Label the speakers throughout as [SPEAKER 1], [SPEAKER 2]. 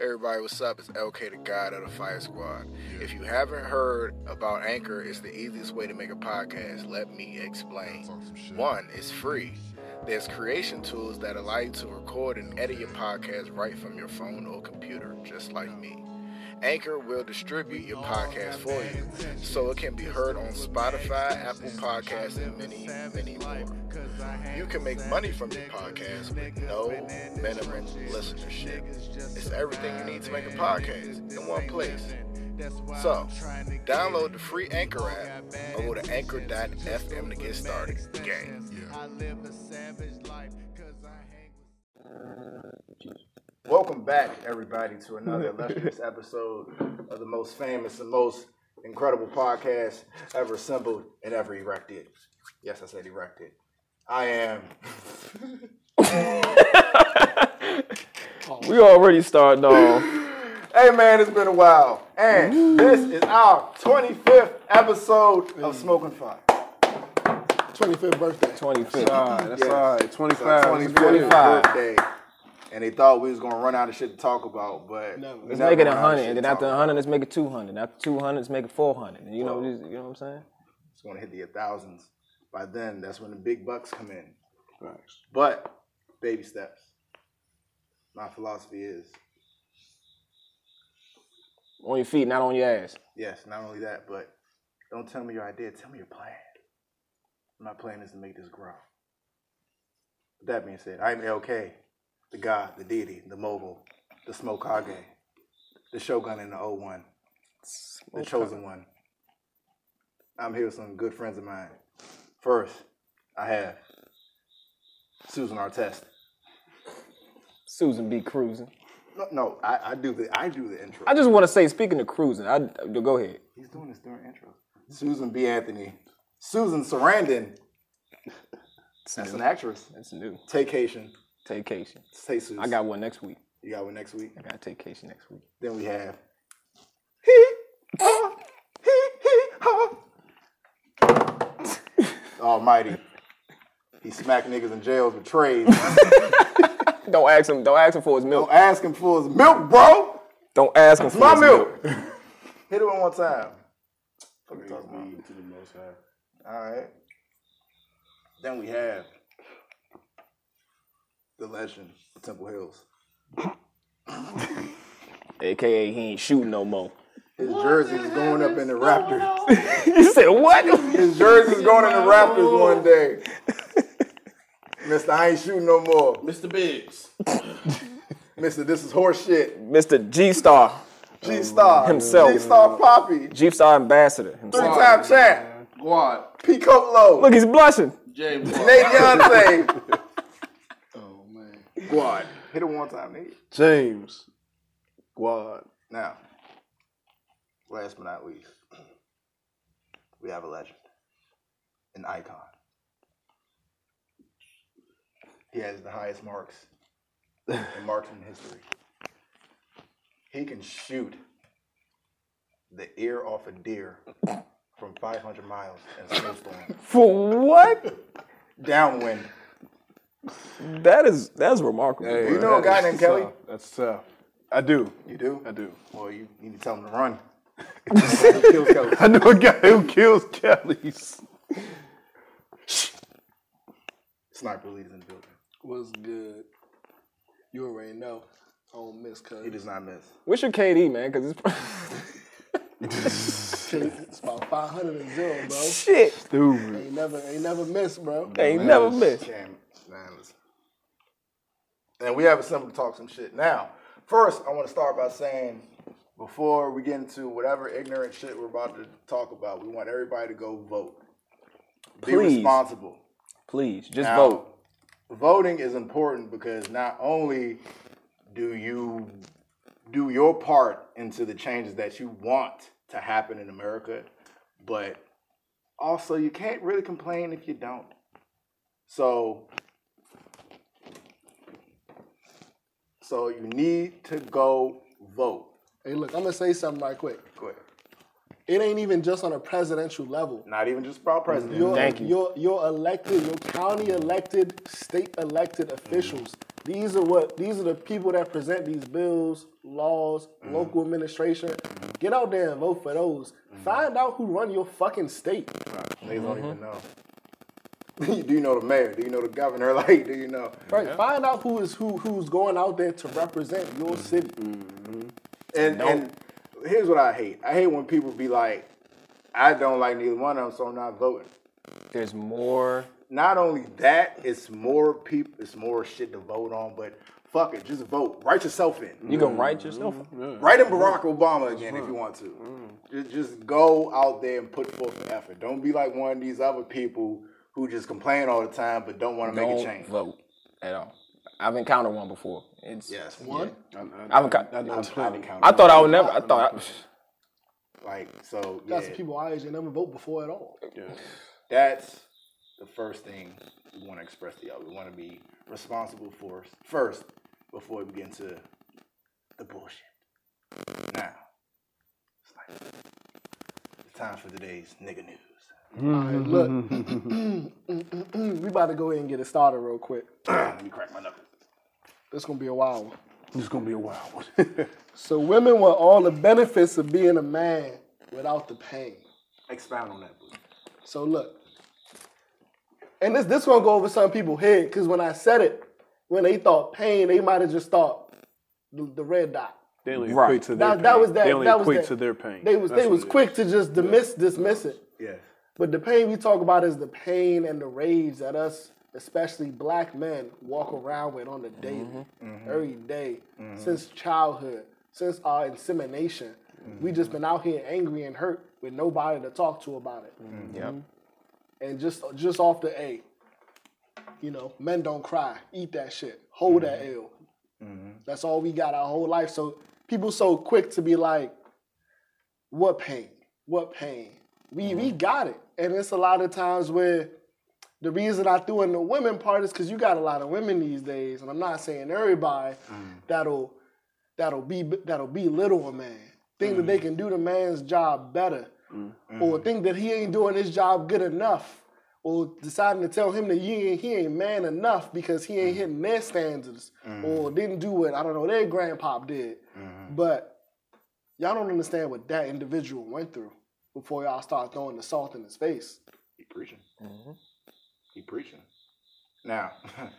[SPEAKER 1] Everybody, what's up? It's LK, the God of the Fire Squad. If you haven't heard about Anchor, it's the easiest way to make a podcast. Let me explain.
[SPEAKER 2] Talk some shit.
[SPEAKER 1] One, it's free. There's creation tools that allow you to record and edit your podcast right from your phone or computer, just like me. Anchor will distribute your podcast for you, so it can be heard on Spotify, Apple Podcasts, and many, many more. You can make money from your podcast with no minimum listenership. It's everything you need to make a podcast in one place. So, download the free Anchor app or go to anchor.fm to get started. Gang. Welcome back, everybody, to another illustrious episode of the most famous and most incredible podcast ever assembled and ever erected. Yes, I said erected. I am.
[SPEAKER 3] We already starting off.
[SPEAKER 1] Hey, man, it's been a while. And this is our 25th episode of Smoking Fire.
[SPEAKER 4] 25th birthday.
[SPEAKER 3] 25th.
[SPEAKER 5] All right, that's
[SPEAKER 1] Yes.
[SPEAKER 5] all right. 25.
[SPEAKER 1] Twenty twenty five birthday. And they thought we was gonna run out of shit to talk about, but
[SPEAKER 4] Never.
[SPEAKER 1] we
[SPEAKER 4] Let's
[SPEAKER 3] Let's
[SPEAKER 1] never
[SPEAKER 3] make it
[SPEAKER 1] run out of
[SPEAKER 3] hundred,
[SPEAKER 1] shit
[SPEAKER 3] and
[SPEAKER 1] to
[SPEAKER 3] then after
[SPEAKER 1] talk
[SPEAKER 3] hundred, let's make it two hundred. After two hundred, let's make it four hundred. You know,
[SPEAKER 1] Whoa.
[SPEAKER 3] just- you know what I'm saying?
[SPEAKER 1] It's gonna hit the thousands. By then, that's when the big bucks come in.
[SPEAKER 5] Facts.
[SPEAKER 1] But baby steps. My philosophy is
[SPEAKER 3] On your feet, not on your ass.
[SPEAKER 1] yes, not only that, but don't tell me your idea, tell me your plan. My plan is to make this grow. With that being said, I'm LK, the god, the deity, the mogul, the smoke hage, the shogun and the O one, the chosen one. I'm here with some good friends of mine. First, I have Susan Artest.
[SPEAKER 3] Susan be cruising.
[SPEAKER 1] No, no I, I do the I do the intro.
[SPEAKER 3] I just want to say, speaking of cruising, I go ahead.
[SPEAKER 1] He's doing this during intro. Susan B. Anthony. Susan Sarandon. That's an actress.
[SPEAKER 3] That's new.
[SPEAKER 1] Takeation.
[SPEAKER 3] Takecation.
[SPEAKER 1] Say Susan.
[SPEAKER 3] I got one next week.
[SPEAKER 1] you got one next week.
[SPEAKER 3] I got takecation next week.
[SPEAKER 1] Then we have he ah, he he ha. Almighty. He smacked niggas in jails with trays.
[SPEAKER 3] Don't ask him. Don't ask him for his milk.
[SPEAKER 1] Don't ask him for his milk, bro.
[SPEAKER 3] Don't ask him for
[SPEAKER 1] My
[SPEAKER 3] his milk.
[SPEAKER 1] milk. Hit it one more time. Fuck you talking about.
[SPEAKER 5] to the most high.
[SPEAKER 1] All right. Then we have the legend, the Temple Hills.
[SPEAKER 3] AKA, he ain't shooting no more.
[SPEAKER 1] His jersey is going up in the Raptors.
[SPEAKER 3] you said what?
[SPEAKER 1] His jersey is going in the Raptors one day. Mister, I ain't shooting no more.
[SPEAKER 5] Mr. Biggs.
[SPEAKER 1] Mister, this is horse shit.
[SPEAKER 3] Mr. G Star,
[SPEAKER 1] G Star
[SPEAKER 3] Himself.
[SPEAKER 1] G Star Poppy,
[SPEAKER 3] G Star ambassador himself.
[SPEAKER 1] three time champ,
[SPEAKER 5] Guad.
[SPEAKER 1] Pico Low,
[SPEAKER 3] Look, he's blushing.
[SPEAKER 5] J.
[SPEAKER 1] Nate Deontay.
[SPEAKER 5] Oh, man.
[SPEAKER 1] Squad, hit it one time, Nate.
[SPEAKER 5] James. Guad.
[SPEAKER 1] Now, last but not least, we have a legend, an icon. He has the highest marks in marksman history. He can shoot the ear off a deer from 500 miles in a snowstorm,
[SPEAKER 3] For what?
[SPEAKER 1] downwind.
[SPEAKER 3] That is that's remarkable.
[SPEAKER 1] You know a guy named Kelly?
[SPEAKER 5] That's tough. I do.
[SPEAKER 1] You do?
[SPEAKER 5] I do.
[SPEAKER 1] Well, you need to tell him to run. Kill Kelly.
[SPEAKER 5] I know a guy who kills Kellys.
[SPEAKER 1] Sniper leaders in the building.
[SPEAKER 4] What's good? You already know. I don't miss
[SPEAKER 1] He
[SPEAKER 4] cuz.
[SPEAKER 1] does not miss.
[SPEAKER 3] What's your KD, man? Because it's
[SPEAKER 4] It's about 500 and zero, bro.
[SPEAKER 3] shit.
[SPEAKER 5] Dude.
[SPEAKER 4] Ain't never, ain't never missed, bro.
[SPEAKER 3] They ain't never missed.
[SPEAKER 1] Damn, man, listen. And we have assembled to talk some shit. Now, first, I want to start by saying, before we get into whatever ignorant shit we're about to talk about, we want everybody to go vote. Be
[SPEAKER 3] Please.
[SPEAKER 1] responsible.
[SPEAKER 3] Please, just
[SPEAKER 1] Now,
[SPEAKER 3] vote.
[SPEAKER 1] Voting is important because not only do you do your part into the changes that you want to happen in America, but also you can't really complain if you don't. So so you need to go vote.
[SPEAKER 4] Hey, look, I'm gonna say something right quick.
[SPEAKER 1] Go ahead.
[SPEAKER 4] It ain't even just on a presidential level.
[SPEAKER 1] Not even just about president.
[SPEAKER 4] Your,
[SPEAKER 3] Thank you.
[SPEAKER 4] Your, your elected, your county elected, state elected officials. These are what. These are the people that present these bills, laws,
[SPEAKER 3] Mm-hmm.
[SPEAKER 4] local administration. Get out there and vote for those.
[SPEAKER 3] Mm-hmm.
[SPEAKER 4] Find out who run your fucking state.
[SPEAKER 1] They don't even know. do you know the mayor? Do you know the governor? Like, do you know?
[SPEAKER 4] Right. Find out who is who who's going out there to represent your
[SPEAKER 3] Mm-hmm.
[SPEAKER 4] city.
[SPEAKER 1] And, and here's what I hate. I hate when people be like, I don't like neither one of them, so I'm not voting.
[SPEAKER 3] There's more.
[SPEAKER 1] Not only that, it's more people, it's more shit to vote on, but fuck it, just vote. Write yourself in.
[SPEAKER 3] You can
[SPEAKER 4] Mm-hmm.
[SPEAKER 3] write yourself.
[SPEAKER 1] Write
[SPEAKER 3] Mm-hmm.
[SPEAKER 1] in Barack Obama again
[SPEAKER 3] Mm.
[SPEAKER 1] if you want to. Just, just go out there and put forth the effort. Don't be like one of these other people who just complain all the time but don't want to make a
[SPEAKER 3] Don't
[SPEAKER 1] change.
[SPEAKER 3] vote at all. I've encountered one before. It's.
[SPEAKER 1] Yes,
[SPEAKER 4] One?
[SPEAKER 3] I've encountered.
[SPEAKER 1] I know plenty.
[SPEAKER 3] I thought I would never. I thought. I,
[SPEAKER 1] like so.
[SPEAKER 4] That's
[SPEAKER 1] yeah,
[SPEAKER 4] the people I usually never vote before at all.
[SPEAKER 1] That's the first thing we want to express to y'all. We want to be responsible for first before we get into the bullshit. Now, it's like it's time for today's nigga news.
[SPEAKER 4] Alright, look, we about to go ahead and get it started real quick.
[SPEAKER 1] Let me crack my knuckles.
[SPEAKER 4] It's gonna be a while. one.
[SPEAKER 1] It's gonna be a wild one.
[SPEAKER 4] So women want all the benefits of being a man without the pain.
[SPEAKER 1] Expound on that, please.
[SPEAKER 4] So look, and this this gonna go over some people's head because when I said it, when they thought pain, they might have just thought the, the red dot.
[SPEAKER 6] They only
[SPEAKER 3] Right.
[SPEAKER 6] equate to their
[SPEAKER 4] That,
[SPEAKER 6] pain.
[SPEAKER 4] that was that.
[SPEAKER 6] They only
[SPEAKER 4] that was
[SPEAKER 6] equate
[SPEAKER 4] that.
[SPEAKER 6] to their pain.
[SPEAKER 4] They was
[SPEAKER 6] That's
[SPEAKER 4] they
[SPEAKER 6] what
[SPEAKER 4] was
[SPEAKER 6] it is.
[SPEAKER 4] quick to just dismiss dismiss it.
[SPEAKER 1] Yeah.
[SPEAKER 4] But the pain we talk about is the pain and the rage that us, especially black men, walk around with on the daily, every day, since childhood, since our insemination. We just been out here angry and hurt with nobody to talk to about it.
[SPEAKER 1] Mm-hmm.
[SPEAKER 3] yep.
[SPEAKER 4] And just just off the A, you know, men don't cry. Eat that shit. Hold that L. That's all we got our whole life. So people so quick to be like, what pain? What pain? We we got it. And it's a lot of times where the reason I threw in the women part is because you got a lot of women these days, and I'm not saying everybody that'll that'll be that'll belittle a man. Think that they can do the man's job better. Or think that he ain't doing his job good enough. Or deciding to tell him that he ain't, he ain't man enough because he ain't hitting their standards. Or didn't do what, I don't know, their grandpop did.
[SPEAKER 1] Mm-hmm.
[SPEAKER 4] But y'all don't understand what that individual went through before y'all start throwing the salt in his face.
[SPEAKER 1] He preaching. He preaching. Now,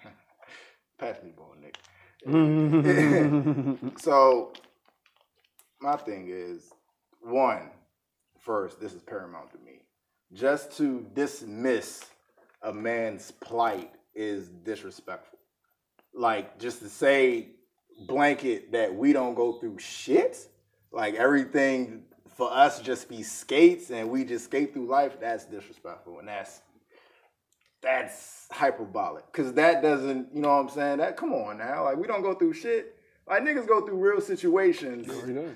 [SPEAKER 1] pass me the ball, Mm-hmm. Nick. so, my thing is one, first, this is paramount to me. Just to dismiss a man's plight is disrespectful. Like, just to say blanket that we don't go through shit, like everything for us just be skates and we just skate through life, that's disrespectful. And that's that's hyperbolic because that doesn't you know what i'm saying that come on now like we don't go through shit like niggas go through real situations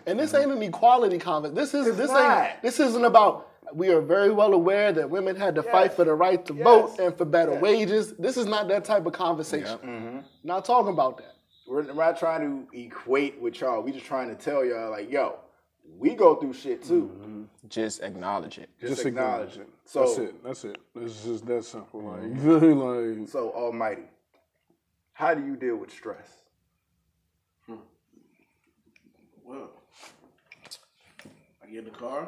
[SPEAKER 4] And this ain't an equality conversation. This is this ain't
[SPEAKER 1] not.
[SPEAKER 4] this isn't about. We are very well aware that women had to fight
[SPEAKER 1] Yes.
[SPEAKER 4] for the right to
[SPEAKER 1] Yes.
[SPEAKER 4] vote and for better
[SPEAKER 1] Yes.
[SPEAKER 4] wages. This is not that type of conversation. Not talking about that.
[SPEAKER 1] we're we're not trying to equate with y'all we just trying to tell y'all like yo we go through shit too
[SPEAKER 3] Just acknowledge it.
[SPEAKER 1] just, acknowledge it so
[SPEAKER 6] That's it. That's it. It's just that simple. Like you feel me? Like
[SPEAKER 1] so almighty how do you deal with stress
[SPEAKER 5] Well, I get in the car.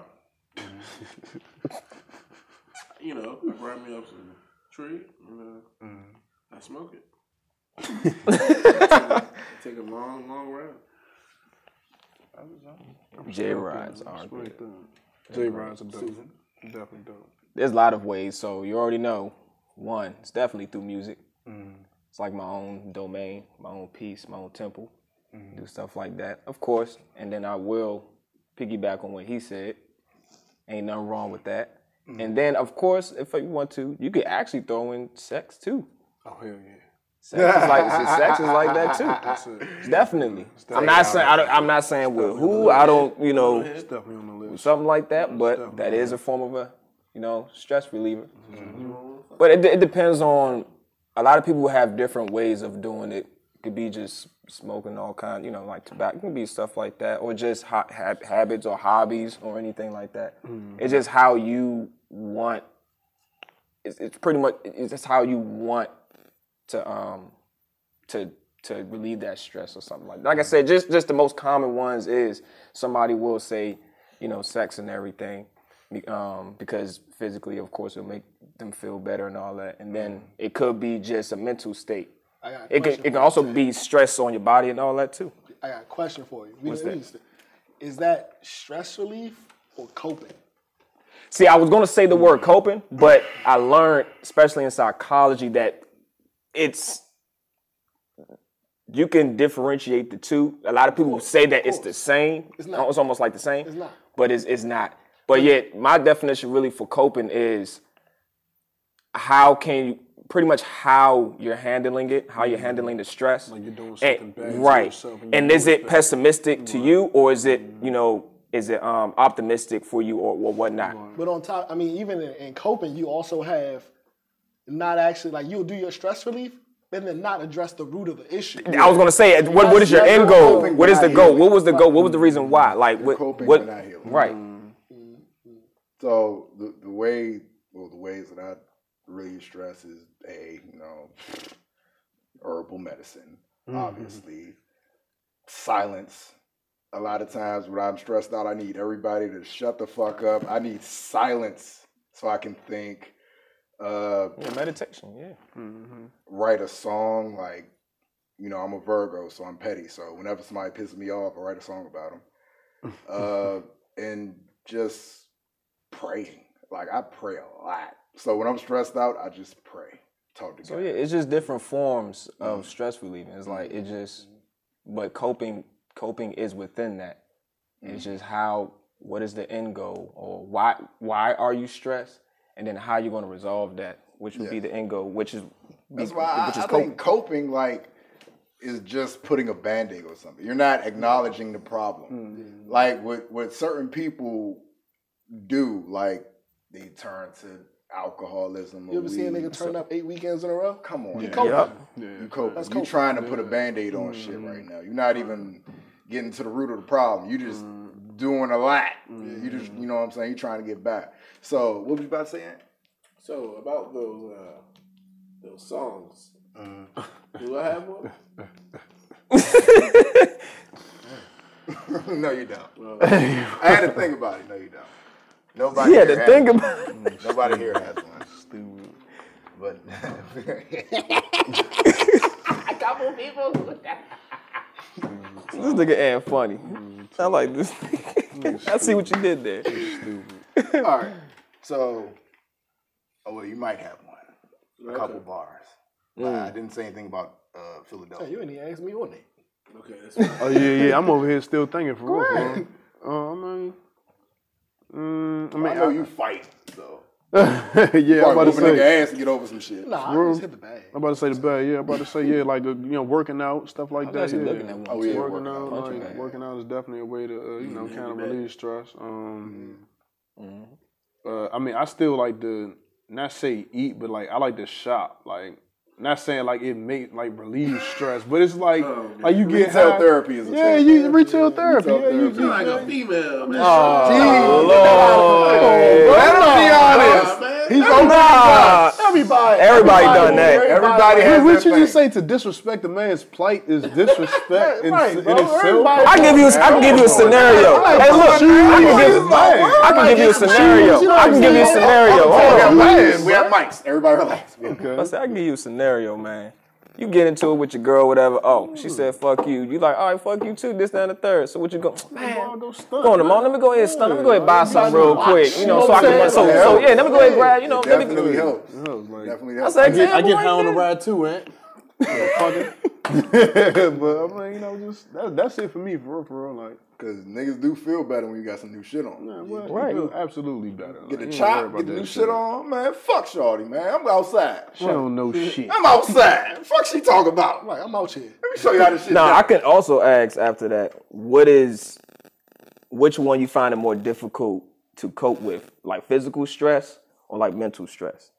[SPEAKER 5] you know, I grind me up some tree. And, uh,
[SPEAKER 7] Mm-hmm.
[SPEAKER 5] I smoke it. I take a long, long round.
[SPEAKER 3] J rides are good.
[SPEAKER 6] J Rod's a dope. Definitely dope.
[SPEAKER 3] There's a lot of ways. So you already know. One, it's definitely through music.
[SPEAKER 6] Mm-hmm.
[SPEAKER 3] It's like my own domain, my own piece, my own temple.
[SPEAKER 6] Mm-hmm.
[SPEAKER 3] Do stuff like that, of course. And then I will piggyback on what he said. Ain't nothing wrong with that.
[SPEAKER 6] Mm-hmm.
[SPEAKER 3] And then, of course, if you want to, you could actually throw in sex too.
[SPEAKER 6] Oh hell yeah.
[SPEAKER 3] Sex is like sex is like that too.
[SPEAKER 6] That's it.
[SPEAKER 3] Definitely. I'm not saying I don't, I'm not saying with who. I don't. You know,
[SPEAKER 6] It's definitely on the list.
[SPEAKER 3] something like that. But that is a form of a, you know, stress reliever. But it, it depends on. A lot of people have different ways of doing it. Could be just smoking all kind, you know, like tobacco. It could be stuff like that, or just ha- ha- habits or hobbies or anything like that. It's just how you want. It's, it's pretty much. It's just how you want to um to to relieve that stress or something like that. Like I said, just just the most common ones is somebody will say, you know, sex and everything, be- um, because physically, of course, it'll make them feel better and all that. And then it could be just a mental state.
[SPEAKER 4] Mm. I got a
[SPEAKER 3] It can
[SPEAKER 4] question
[SPEAKER 3] it can
[SPEAKER 4] for
[SPEAKER 3] also be stress on your body and all that too.
[SPEAKER 4] I got a question for you. We
[SPEAKER 3] What's
[SPEAKER 4] didn't
[SPEAKER 3] that?
[SPEAKER 4] use it. Is that stress relief or coping?
[SPEAKER 3] See, I was gonna say the word coping, but I learned, especially in psychology, that it's you can differentiate the two. A lot of people say that it's the same. It's
[SPEAKER 4] not.
[SPEAKER 3] It's almost like the same.
[SPEAKER 4] It's not.
[SPEAKER 3] But it's it's not. But yet, my definition really for coping is how can you pretty much how you're handling it, how you're handling the stress. Like
[SPEAKER 6] you're doing something
[SPEAKER 3] and,
[SPEAKER 6] bad to
[SPEAKER 3] right.
[SPEAKER 6] yourself and
[SPEAKER 3] And,
[SPEAKER 6] you
[SPEAKER 3] is it pessimistic to you or is it, you know, is it um, optimistic for you or, or whatnot?
[SPEAKER 4] But on top, I mean, even in, in coping, you also have not actually like you'll do your stress relief, but then not address the root of the issue.
[SPEAKER 3] I was gonna say, what, what is your end goal?
[SPEAKER 1] coping
[SPEAKER 3] What is the
[SPEAKER 1] without
[SPEAKER 3] goal?
[SPEAKER 1] healing.
[SPEAKER 3] What was the goal? What was the reason why? Like what?
[SPEAKER 1] coping Mm.
[SPEAKER 3] what
[SPEAKER 1] without healing.
[SPEAKER 3] right.
[SPEAKER 1] So the, the way, well, the ways that I relieve stress is a you know herbal medicine, obviously. Silence. A lot of times when I'm stressed out, I need everybody to shut the fuck up. I need silence so I can think. Uh,
[SPEAKER 3] Yeah, meditation. Yeah.
[SPEAKER 1] write a song like you know i'm a virgo so i'm petty so whenever somebody pisses me off i write a song about them uh, and just praying like i pray a lot so when i'm stressed out i just pray talk to
[SPEAKER 3] So
[SPEAKER 1] god
[SPEAKER 3] yeah, it's just different forms
[SPEAKER 1] Mm.
[SPEAKER 3] of stress relieving. It's like it just, but coping coping is within that. It's
[SPEAKER 1] Mm.
[SPEAKER 3] just how what is the end goal or why why are you stressed, and then how you're gonna resolve that, which would be the end goal, which is
[SPEAKER 1] that's why I,
[SPEAKER 3] which is
[SPEAKER 1] I
[SPEAKER 3] coping.
[SPEAKER 1] think coping like is just putting a band-aid or something you're not
[SPEAKER 4] Mm-hmm.
[SPEAKER 1] acknowledging the problem like what what certain people do like they turn to alcoholism or
[SPEAKER 4] You ever see a
[SPEAKER 1] weed.
[SPEAKER 4] nigga turn up eight weekends in a row?
[SPEAKER 1] come on
[SPEAKER 4] You
[SPEAKER 1] now.
[SPEAKER 4] coping.
[SPEAKER 3] Yup.
[SPEAKER 1] You coping.
[SPEAKER 4] That's
[SPEAKER 1] You
[SPEAKER 4] coping.
[SPEAKER 1] trying to put a band-aid on
[SPEAKER 3] Mm-hmm.
[SPEAKER 1] shit right now. You're not even getting to the root of the problem. You just
[SPEAKER 3] Mm-hmm.
[SPEAKER 1] doing a lot. You just you know what I'm saying? You're trying to get back. So what was you about to say? Ant?
[SPEAKER 5] So about those uh, those songs,
[SPEAKER 7] Mm.
[SPEAKER 5] do I have one?
[SPEAKER 1] no, you don't. I had to think about it. No, you don't. Nobody
[SPEAKER 3] Yeah,
[SPEAKER 1] here
[SPEAKER 3] the
[SPEAKER 1] has
[SPEAKER 3] thing
[SPEAKER 1] one.
[SPEAKER 3] about
[SPEAKER 1] nobody here has one. Stupid. But
[SPEAKER 3] This nigga ain't funny. I like Mm-hmm. this. I see what you did there.
[SPEAKER 1] all right. So oh well, you might have one. A couple bars.
[SPEAKER 3] Mm.
[SPEAKER 1] I didn't say anything about uh, Philadelphia.
[SPEAKER 4] You ain't even asked me on it.
[SPEAKER 5] Okay, that's fine.
[SPEAKER 6] Oh yeah, yeah. I'm over here still thinking for real. for real. Oh, I mean, mm, I mean,
[SPEAKER 1] I know you fight, so
[SPEAKER 6] yeah. I'm about to
[SPEAKER 1] Probably moving
[SPEAKER 6] say.
[SPEAKER 1] nigga ass and get over some shit.
[SPEAKER 4] Nah, I
[SPEAKER 6] Real.
[SPEAKER 4] just hit the bag.
[SPEAKER 6] I'm about to say the bad. Yeah, I'm about to say yeah, like the, you know, working out stuff like that.
[SPEAKER 3] actually
[SPEAKER 6] yeah.
[SPEAKER 3] looking at one,
[SPEAKER 1] Oh yeah,
[SPEAKER 6] working
[SPEAKER 1] working
[SPEAKER 6] out,
[SPEAKER 1] out. Mm-hmm.
[SPEAKER 6] like, working out is definitely a way to uh, you know kind of relieve stress. Um,
[SPEAKER 1] Mm-hmm.
[SPEAKER 6] uh, I mean, I still like to not say eat, but like I like to shop. Like, not saying like it make like relieve stress, but it's like like you get
[SPEAKER 1] Oh, Retail
[SPEAKER 6] high-
[SPEAKER 1] therapy is a
[SPEAKER 6] Yeah,
[SPEAKER 1] thing.
[SPEAKER 6] you retail therapy.
[SPEAKER 1] Retail
[SPEAKER 6] yeah, you,
[SPEAKER 1] therapy. Oh,
[SPEAKER 5] You're
[SPEAKER 6] you,
[SPEAKER 5] like a female, man.
[SPEAKER 1] Let him be honest.
[SPEAKER 5] Nah, man.
[SPEAKER 6] he's
[SPEAKER 3] Nah,
[SPEAKER 4] Everybody,
[SPEAKER 3] everybody done that.
[SPEAKER 1] Everybody has
[SPEAKER 6] What
[SPEAKER 1] that
[SPEAKER 6] you just
[SPEAKER 1] thing.
[SPEAKER 6] say to disrespect a man's plight is disrespect in,
[SPEAKER 4] Right,
[SPEAKER 6] in
[SPEAKER 4] bro.
[SPEAKER 6] itself?
[SPEAKER 4] Everybody-
[SPEAKER 3] I can give you. I can give you a scenario. Hey, look. I can give. I can give you a scenario. I can give you a scenario. Hold on.
[SPEAKER 1] Man, we have mics. Everybody relax.
[SPEAKER 3] I said, I can give you a scenario, man. You get into it with your girl, whatever. Oh, she said, fuck you. You like, all right, fuck you too. This, that, and the third. So what you go, man?
[SPEAKER 6] Go
[SPEAKER 3] Go on,
[SPEAKER 6] stunt,
[SPEAKER 3] Ramon. Let me go ahead, stun. Let me go ahead, and buy something real quick. You know, so I can. So, so yeah. Let me go ahead, and grab. You know,
[SPEAKER 1] It
[SPEAKER 3] let me.
[SPEAKER 1] definitely helps.
[SPEAKER 6] like-
[SPEAKER 1] Definitely
[SPEAKER 3] I
[SPEAKER 1] helps.
[SPEAKER 3] said, "Damn,
[SPEAKER 7] I
[SPEAKER 3] boy,
[SPEAKER 7] get high on the
[SPEAKER 3] yeah."
[SPEAKER 7] ride too, eh?
[SPEAKER 6] but I mean, you know, just that, that's it for me, for real, for real. Like,
[SPEAKER 1] Because niggas do feel better when you got some new shit on.
[SPEAKER 6] man, what? You
[SPEAKER 3] Right.
[SPEAKER 6] feel absolutely better.
[SPEAKER 1] Get the
[SPEAKER 6] like,
[SPEAKER 1] chop, get the new shit on. Man, fuck Shorty, man. I'm outside.
[SPEAKER 6] She don't know shit.
[SPEAKER 1] I'm outside. Fuck she talking about. Let
[SPEAKER 4] Like, I'm out here.
[SPEAKER 1] me show you how this shit
[SPEAKER 3] Now
[SPEAKER 1] done.
[SPEAKER 3] I can also ask after that, what is which one you find it more difficult to cope with? Like physical stress or like mental stress?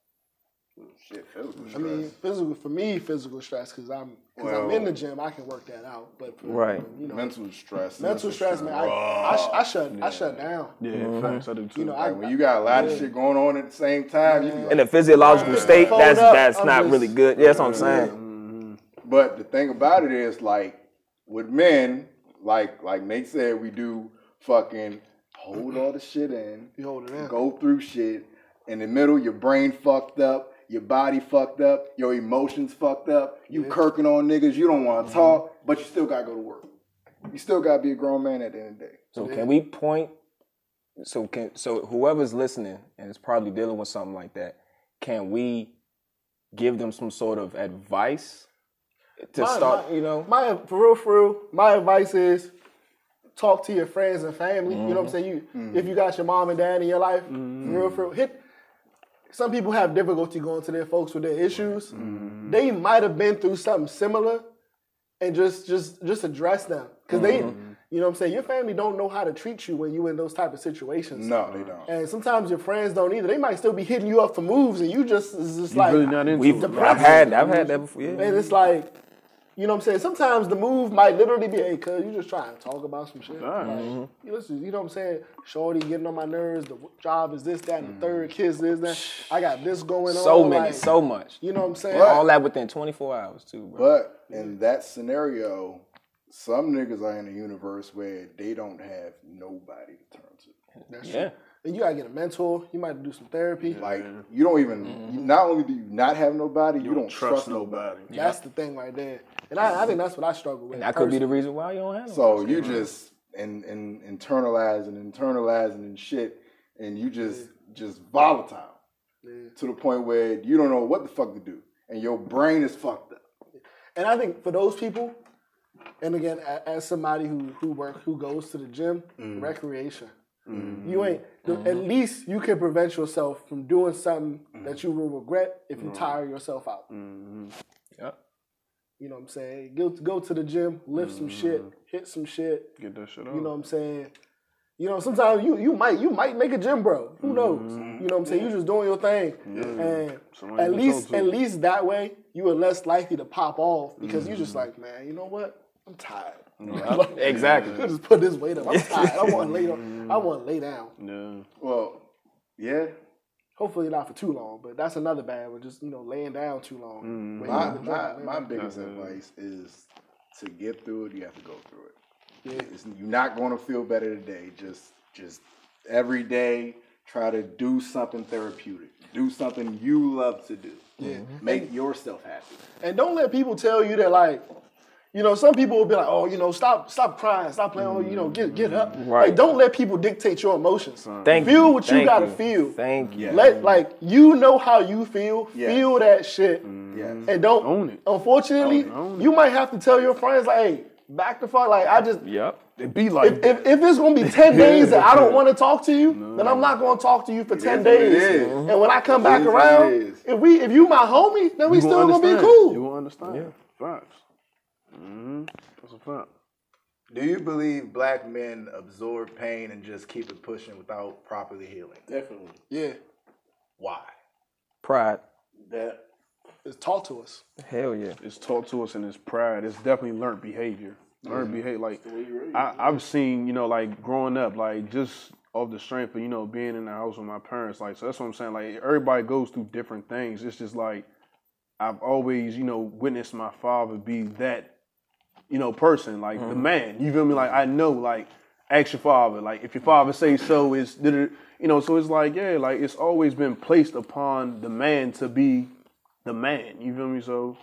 [SPEAKER 1] Shit, physical
[SPEAKER 4] I mean,
[SPEAKER 1] stress.
[SPEAKER 4] physical for me, physical stress because I'm because I'm
[SPEAKER 1] Well-
[SPEAKER 4] in the gym, I can work that out. But for,
[SPEAKER 3] Right.
[SPEAKER 4] you know, mental,
[SPEAKER 1] Mental stress.
[SPEAKER 4] stress, man, I, I, sh- I shut I shut down.
[SPEAKER 6] Yeah,
[SPEAKER 3] Mm-hmm.
[SPEAKER 6] facts. I do too.
[SPEAKER 4] You know, I,
[SPEAKER 1] Like, when you got a lot of shit going on at the same time, you be like,
[SPEAKER 3] In a physiological state,
[SPEAKER 4] Fold
[SPEAKER 3] that's
[SPEAKER 4] up,
[SPEAKER 3] that's
[SPEAKER 4] I'm
[SPEAKER 3] not
[SPEAKER 4] just-
[SPEAKER 3] really good. Yeah, that's what I'm saying.
[SPEAKER 1] But the thing about it is, like with men, like like Nate said, we do fucking hold all the shit in,
[SPEAKER 4] You hold it in.
[SPEAKER 1] go through shit. In the middle, your brain fucked up, your body fucked up, your emotions fucked up. You kirking on niggas, you don't
[SPEAKER 4] Mm-hmm.
[SPEAKER 1] want to talk, but you still gotta go to work. You still gotta be a grown man at the end of the day.
[SPEAKER 3] So can we point? So can so whoever's listening and is probably dealing with something like that, can we give them some sort of advice to
[SPEAKER 4] My-
[SPEAKER 3] start?
[SPEAKER 4] my-
[SPEAKER 3] you know,
[SPEAKER 4] My for real, for real. My advice is talk to your friends and family. You know what I'm saying? You if you got your mom and dad in your life, for real, for real, hit. Some people have difficulty going to their folks with their issues. They might have been through something similar, and just just just address them because they, you know what I'm saying. Your family don't know how to treat you when you in those type of situations.
[SPEAKER 1] No, they don't.
[SPEAKER 4] And sometimes your friends don't either. They might still be hitting you up for moves, and you just is just like
[SPEAKER 6] really not into
[SPEAKER 4] we've
[SPEAKER 6] it.
[SPEAKER 3] I've had I've had that before. Yeah.
[SPEAKER 4] and it's like, you know what I'm saying? Sometimes the move might literally be, hey, cuz, you just trying to talk about some shit. Like, you, listen, you know what I'm saying? Shorty getting on my nerves, the job is this, that, and the third, kids this, that. I got this going on.
[SPEAKER 3] Mm. so many,
[SPEAKER 4] like,
[SPEAKER 3] so much.
[SPEAKER 4] You know what I'm saying?
[SPEAKER 3] All that within 24 hours too, bro.
[SPEAKER 1] But in that scenario, some niggas are in a universe where they don't have nobody to turn to.
[SPEAKER 3] yeah.
[SPEAKER 4] And you gotta get a mentor. You might have to do some therapy.
[SPEAKER 1] Like you don't even. You, not only do you not have nobody, Mm-hmm. you, don't trust, nobody.
[SPEAKER 4] That's the thing right there. And I, I think that's what I struggle with.
[SPEAKER 3] That could be the reason why you don't have so,
[SPEAKER 1] So you just and and internalizing, internalizing and shit, and you just just volatile to the point where you don't know what the fuck to do, and your brain is fucked up.
[SPEAKER 4] And I think for those people, and again, a- as somebody who who work who goes to the gym, recreation. You ain't. the- At least you can prevent yourself from doing something that you will regret if you tire yourself out.
[SPEAKER 3] Yep.
[SPEAKER 4] You know what I'm saying? Go go to the gym, lift some shit, hit some shit.
[SPEAKER 6] Get that shit
[SPEAKER 4] You know what I'm saying? You know, sometimes you you might you might make a gym bro. Who knows? You know what I'm saying? You just doing your thing, and
[SPEAKER 6] Somebody
[SPEAKER 4] at
[SPEAKER 6] to
[SPEAKER 4] least
[SPEAKER 6] talk to.
[SPEAKER 4] at least that way you are less likely to pop off because you just like, man, you know what? I'm tired.
[SPEAKER 3] Exactly.
[SPEAKER 4] I just put this weight up. I'm tired. I want to lay down. I want to lay down.
[SPEAKER 6] Yeah.
[SPEAKER 1] Well, yeah.
[SPEAKER 4] Hopefully not for too long, but that's another bad one. Just you know, laying down too long. Waiting
[SPEAKER 1] My
[SPEAKER 4] on the
[SPEAKER 1] my,
[SPEAKER 4] job, man.
[SPEAKER 1] my biggest advice is to get through it. You have to go through it.
[SPEAKER 4] Yeah.
[SPEAKER 1] It's, you're not going to feel better today. Just just every day try to do something therapeutic. Do something you love to do. Yeah. Make yourself happy.
[SPEAKER 4] And don't let people tell you that like, you know, some people will be like, oh, you know, stop, stop crying, stop playing, oh, you know, get get up.
[SPEAKER 3] Right.
[SPEAKER 4] Like, don't let people dictate your emotions.
[SPEAKER 3] Thank
[SPEAKER 4] feel
[SPEAKER 3] you.
[SPEAKER 4] what you
[SPEAKER 3] Thank
[SPEAKER 4] gotta
[SPEAKER 3] you.
[SPEAKER 4] feel.
[SPEAKER 3] Thank you.
[SPEAKER 4] let like you know how you feel.
[SPEAKER 1] Yeah. Mm-hmm.
[SPEAKER 4] Feel that shit.
[SPEAKER 1] Yes.
[SPEAKER 4] And don't
[SPEAKER 6] Own it.
[SPEAKER 4] Unfortunately, you might have to tell your friends like, hey, back the fuck. Like I just
[SPEAKER 3] Yep.
[SPEAKER 6] It be like
[SPEAKER 4] if, if it's gonna be ten days that I don't want to talk to you, then I'm not gonna talk to you for ten
[SPEAKER 1] is what it
[SPEAKER 4] days.
[SPEAKER 1] is.
[SPEAKER 4] And when I come back
[SPEAKER 1] is what
[SPEAKER 4] around,
[SPEAKER 1] it is.
[SPEAKER 4] if we if you my homie, then we
[SPEAKER 6] you
[SPEAKER 4] still gonna be
[SPEAKER 6] understand.
[SPEAKER 4] cool.
[SPEAKER 6] You gonna understand. Facts. hmm That's a fact.
[SPEAKER 1] Do you believe black men absorb pain and just keep it pushing without properly healing?
[SPEAKER 5] Definitely.
[SPEAKER 4] yeah,
[SPEAKER 1] Why?
[SPEAKER 3] Pride.
[SPEAKER 5] That
[SPEAKER 4] it's talk to us.
[SPEAKER 3] Hell yeah.
[SPEAKER 6] It's taught to us in its pride. It's definitely learned behavior. Learned behavior. Like I, I've seen, you know, like growing up, like just off the strength of you know being in the house with my parents. Like so, that's what I'm saying. Like everybody goes through different things. It's just like I've always, you know, witnessed my father be that, you know, person, like
[SPEAKER 4] Mm-hmm.
[SPEAKER 6] the man. You feel me? Like I know, like ask your father. Like if your father say so, it's did it, you know. So it's like yeah, like it's always been placed upon the man to be the man. You feel me? So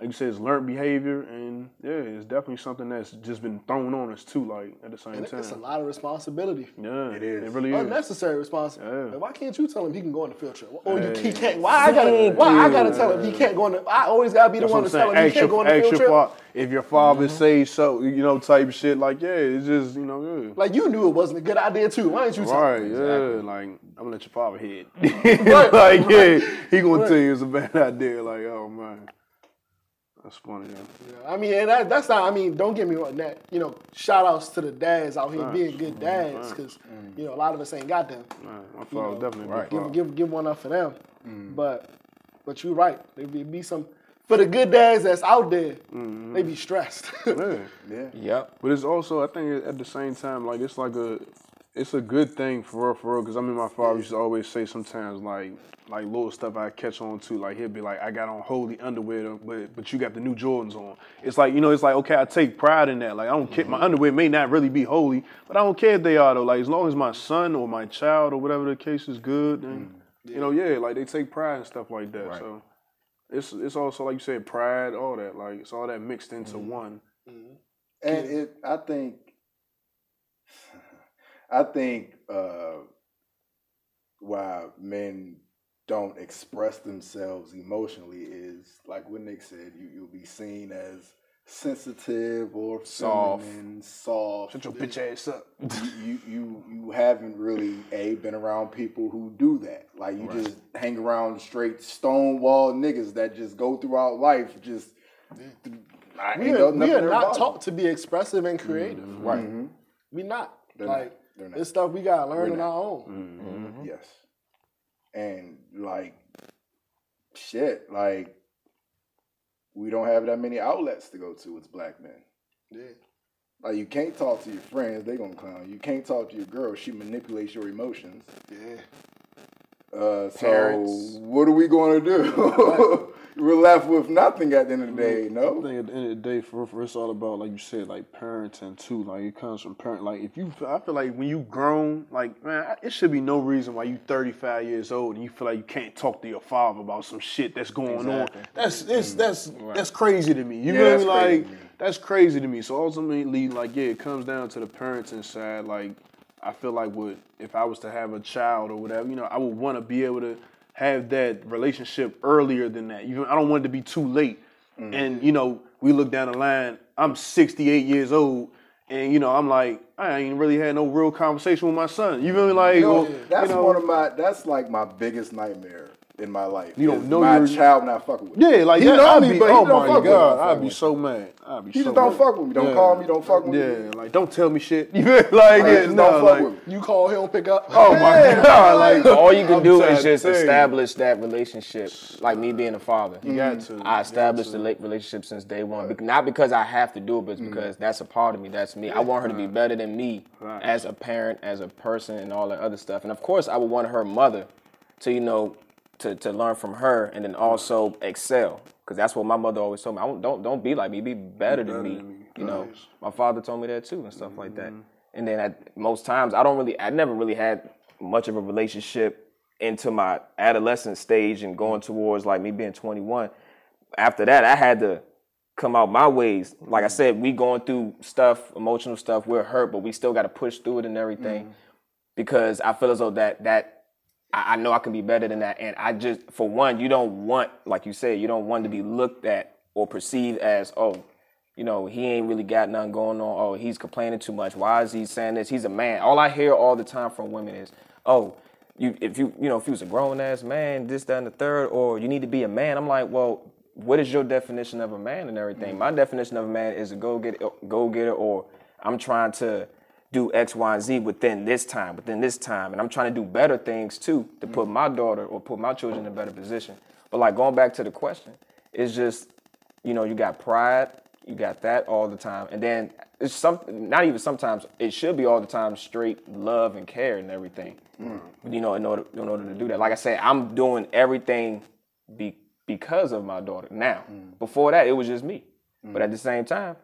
[SPEAKER 6] like you said, it's learned behavior, and yeah, it's definitely something that's just been thrown on us too. Like at the same
[SPEAKER 4] And
[SPEAKER 6] time,
[SPEAKER 4] it's a lot of responsibility.
[SPEAKER 6] yeah, it
[SPEAKER 1] is.
[SPEAKER 6] It really
[SPEAKER 4] Oh,
[SPEAKER 6] is.
[SPEAKER 4] Unnecessary responsibility.
[SPEAKER 6] Yeah.
[SPEAKER 4] Why can't you tell him he can go on the field trip? Or you he can't? Why I gotta? Why I gotta tell him he can't go on? The, I always gotta be the
[SPEAKER 6] That's
[SPEAKER 4] one
[SPEAKER 6] what
[SPEAKER 4] to
[SPEAKER 6] I'm
[SPEAKER 4] tell
[SPEAKER 6] saying.
[SPEAKER 4] him he
[SPEAKER 6] Ask
[SPEAKER 4] can't go
[SPEAKER 6] your,
[SPEAKER 4] on the
[SPEAKER 6] ask
[SPEAKER 4] field
[SPEAKER 6] your
[SPEAKER 4] trip. Mm-hmm.
[SPEAKER 6] father if your father say so, you know, type of shit. Like yeah, it's just you know, yeah.
[SPEAKER 4] Like you knew it wasn't a good idea too. Why didn't you tell?
[SPEAKER 6] Right, yeah, like I'm gonna let your father hit. like, yeah, he gonna tell you it's a bad idea. Like, oh man, that's funny. Yeah.
[SPEAKER 4] I mean, and that, that's not. I mean, don't get me wrong. That you know, shout outs to the dads out here being good dads because
[SPEAKER 6] Mm.
[SPEAKER 4] you know a lot of us ain't got them.
[SPEAKER 6] Man, my father was definitely a
[SPEAKER 4] Give,
[SPEAKER 6] good
[SPEAKER 4] give give one up for them.
[SPEAKER 6] Mm-hmm.
[SPEAKER 4] But but you're right. There be, be some for the good dads that's out there. They be stressed.
[SPEAKER 6] father. Mm-hmm. Yeah.
[SPEAKER 3] Yep.
[SPEAKER 6] But it's also, I think, at the same time, like it's like a it's a good thing for real, for real. Because I mean, my father used to always say sometimes like like little stuff I catch on to. Like he'd be like, "I got on holy underwear, though, but but you got the new Jordans on." It's like you know, it's like okay, I take pride in that. Like I don't care. My underwear may not really be holy, but I don't care if they are though. Like as long as my son or my child or whatever the case is good, then
[SPEAKER 1] Mm-hmm.
[SPEAKER 6] you know, yeah, like they take pride and stuff like that. So it's it's also like you said, pride, all that. Like it's all that mixed into one.
[SPEAKER 1] And it, I think, I think uh, why men don't express themselves emotionally is like what Nick said. You you'll be seen as sensitive or
[SPEAKER 3] Soft.
[SPEAKER 1] feminine, soft.
[SPEAKER 6] Shut your bitch ass up.
[SPEAKER 1] you you you haven't really a been around people who do that. Like you just hang around straight stonewall niggas that just go throughout life just. I
[SPEAKER 4] We
[SPEAKER 1] ain't
[SPEAKER 4] are,
[SPEAKER 1] know
[SPEAKER 4] we
[SPEAKER 1] nothing
[SPEAKER 4] are not
[SPEAKER 1] about them.
[SPEAKER 4] taught to Mm-hmm. be expressive and
[SPEAKER 6] Mm-hmm.
[SPEAKER 4] creative.
[SPEAKER 1] Right.
[SPEAKER 4] We not.
[SPEAKER 1] They're not.
[SPEAKER 4] like
[SPEAKER 1] They're not.
[SPEAKER 4] this stuff we gotta learn
[SPEAKER 1] We're
[SPEAKER 4] on
[SPEAKER 1] not.
[SPEAKER 4] our
[SPEAKER 6] Mm-hmm.
[SPEAKER 4] own.
[SPEAKER 1] Yes. And like shit, like we don't have that many outlets to go to as black men.
[SPEAKER 4] Yeah.
[SPEAKER 1] Like you can't talk to your friends, they gonna clown. You can't talk to your girl, she manipulates your emotions.
[SPEAKER 4] Yeah.
[SPEAKER 1] Uh so
[SPEAKER 3] Parents.
[SPEAKER 1] what are we gonna do? We're left with nothing at the end of the day,
[SPEAKER 6] I
[SPEAKER 1] no?
[SPEAKER 6] think at the end of the day, for, for it's all about like you said, like parenting too. Like it comes from parent. Like if you, I feel like when you grown, like man, I- it should be no reason why you 35 years old and you feel like you can't talk to your father about some shit that's going
[SPEAKER 3] Exactly.
[SPEAKER 6] on. That's it's, that's that's crazy to me. You
[SPEAKER 1] Yeah, that's crazy
[SPEAKER 6] feel me? Like
[SPEAKER 1] to me.
[SPEAKER 6] that's crazy to me. So ultimately, like yeah, it comes down to the parenting side. Like I feel like would if I was to have a child or whatever, you know, I would want to be able to have that relationship earlier than that. You, know, I don't want it to be too late.
[SPEAKER 1] Mm.
[SPEAKER 6] And you know, we look down the line. I'm 68 years old, and you know, I'm like, I ain't really had no real conversation with my son. You feel me? Like,
[SPEAKER 1] You know,
[SPEAKER 6] well,
[SPEAKER 1] Mm. that's
[SPEAKER 6] you know,
[SPEAKER 1] one of my that's like my biggest nightmare in my life.
[SPEAKER 6] You don't
[SPEAKER 1] is
[SPEAKER 6] know
[SPEAKER 1] my
[SPEAKER 6] your-
[SPEAKER 1] child not fucking with me.
[SPEAKER 6] yeah, like
[SPEAKER 1] He
[SPEAKER 6] that,
[SPEAKER 1] know
[SPEAKER 6] I'd
[SPEAKER 1] me,
[SPEAKER 6] be,
[SPEAKER 1] but he
[SPEAKER 6] oh
[SPEAKER 1] don't
[SPEAKER 6] my
[SPEAKER 1] fuck with me.
[SPEAKER 6] god, I'd be so mad. I'd be
[SPEAKER 1] He
[SPEAKER 6] so
[SPEAKER 1] just don't
[SPEAKER 6] mad.
[SPEAKER 1] fuck with me. Don't
[SPEAKER 6] Yeah.
[SPEAKER 1] call me, don't fuck with me.
[SPEAKER 6] Yeah, like don't tell me shit. You feel me? like,
[SPEAKER 1] Like,
[SPEAKER 6] yeah,
[SPEAKER 1] just
[SPEAKER 6] no,
[SPEAKER 1] don't fuck
[SPEAKER 6] like,
[SPEAKER 1] with me.
[SPEAKER 4] You call, he don't pick up.
[SPEAKER 6] Oh my god! Like
[SPEAKER 3] All you can
[SPEAKER 6] I'm
[SPEAKER 3] do
[SPEAKER 6] trying
[SPEAKER 3] is
[SPEAKER 6] to
[SPEAKER 3] just
[SPEAKER 6] tell you.
[SPEAKER 3] establish that relationship, like me being a father.
[SPEAKER 6] You got to. Mm.
[SPEAKER 3] I established the late relationship since day one, Bec- not because I have to do it, but because that's a part of me. That's me. I want her to be better than me as a parent, as a person, and all that other stuff. And of course, I would want her mother to, you know, to, to learn from her, and then also excel, because that's what my mother always told me. I won't, don't don't be like me. Be better, than, me. Mm-hmm. You know, my father told me that too, and stuff like that. And then at most times, I don't really, I never really had much of a relationship into my adolescent stage and going towards like me being 21 after that, I had to come out my ways. Like I said, we going through stuff, emotional stuff. We're hurt, but we still got to push through it and everything because I feel as though that that I, I know I can be better than that. And I just, for one, you don't want, like you said, you don't want to be looked at or perceived as, oh, you know, he ain't really got nothing going on. Oh, he's complaining too much. Why is he saying this? He's a man. All I hear all the time from women is, oh, you if you you know if you was a grown ass man, this that and the third, or you need to be a man. I'm like, well, what is your definition of a man and everything? My definition of a man is a go get go getter, or I'm trying to do X, Y, and Z within this time, within this time. And I'm trying to do better things too to put my daughter or put my children in a better position. But like going back to the question, it's just, you know, you got pride, you got that all the time. And then it's some not even sometimes, it should be all the time straight love and care and everything. You know, in order in order to do that. Like I said, I'm doing everything be, because of my daughter now. Before that, it was just me. But at the same time,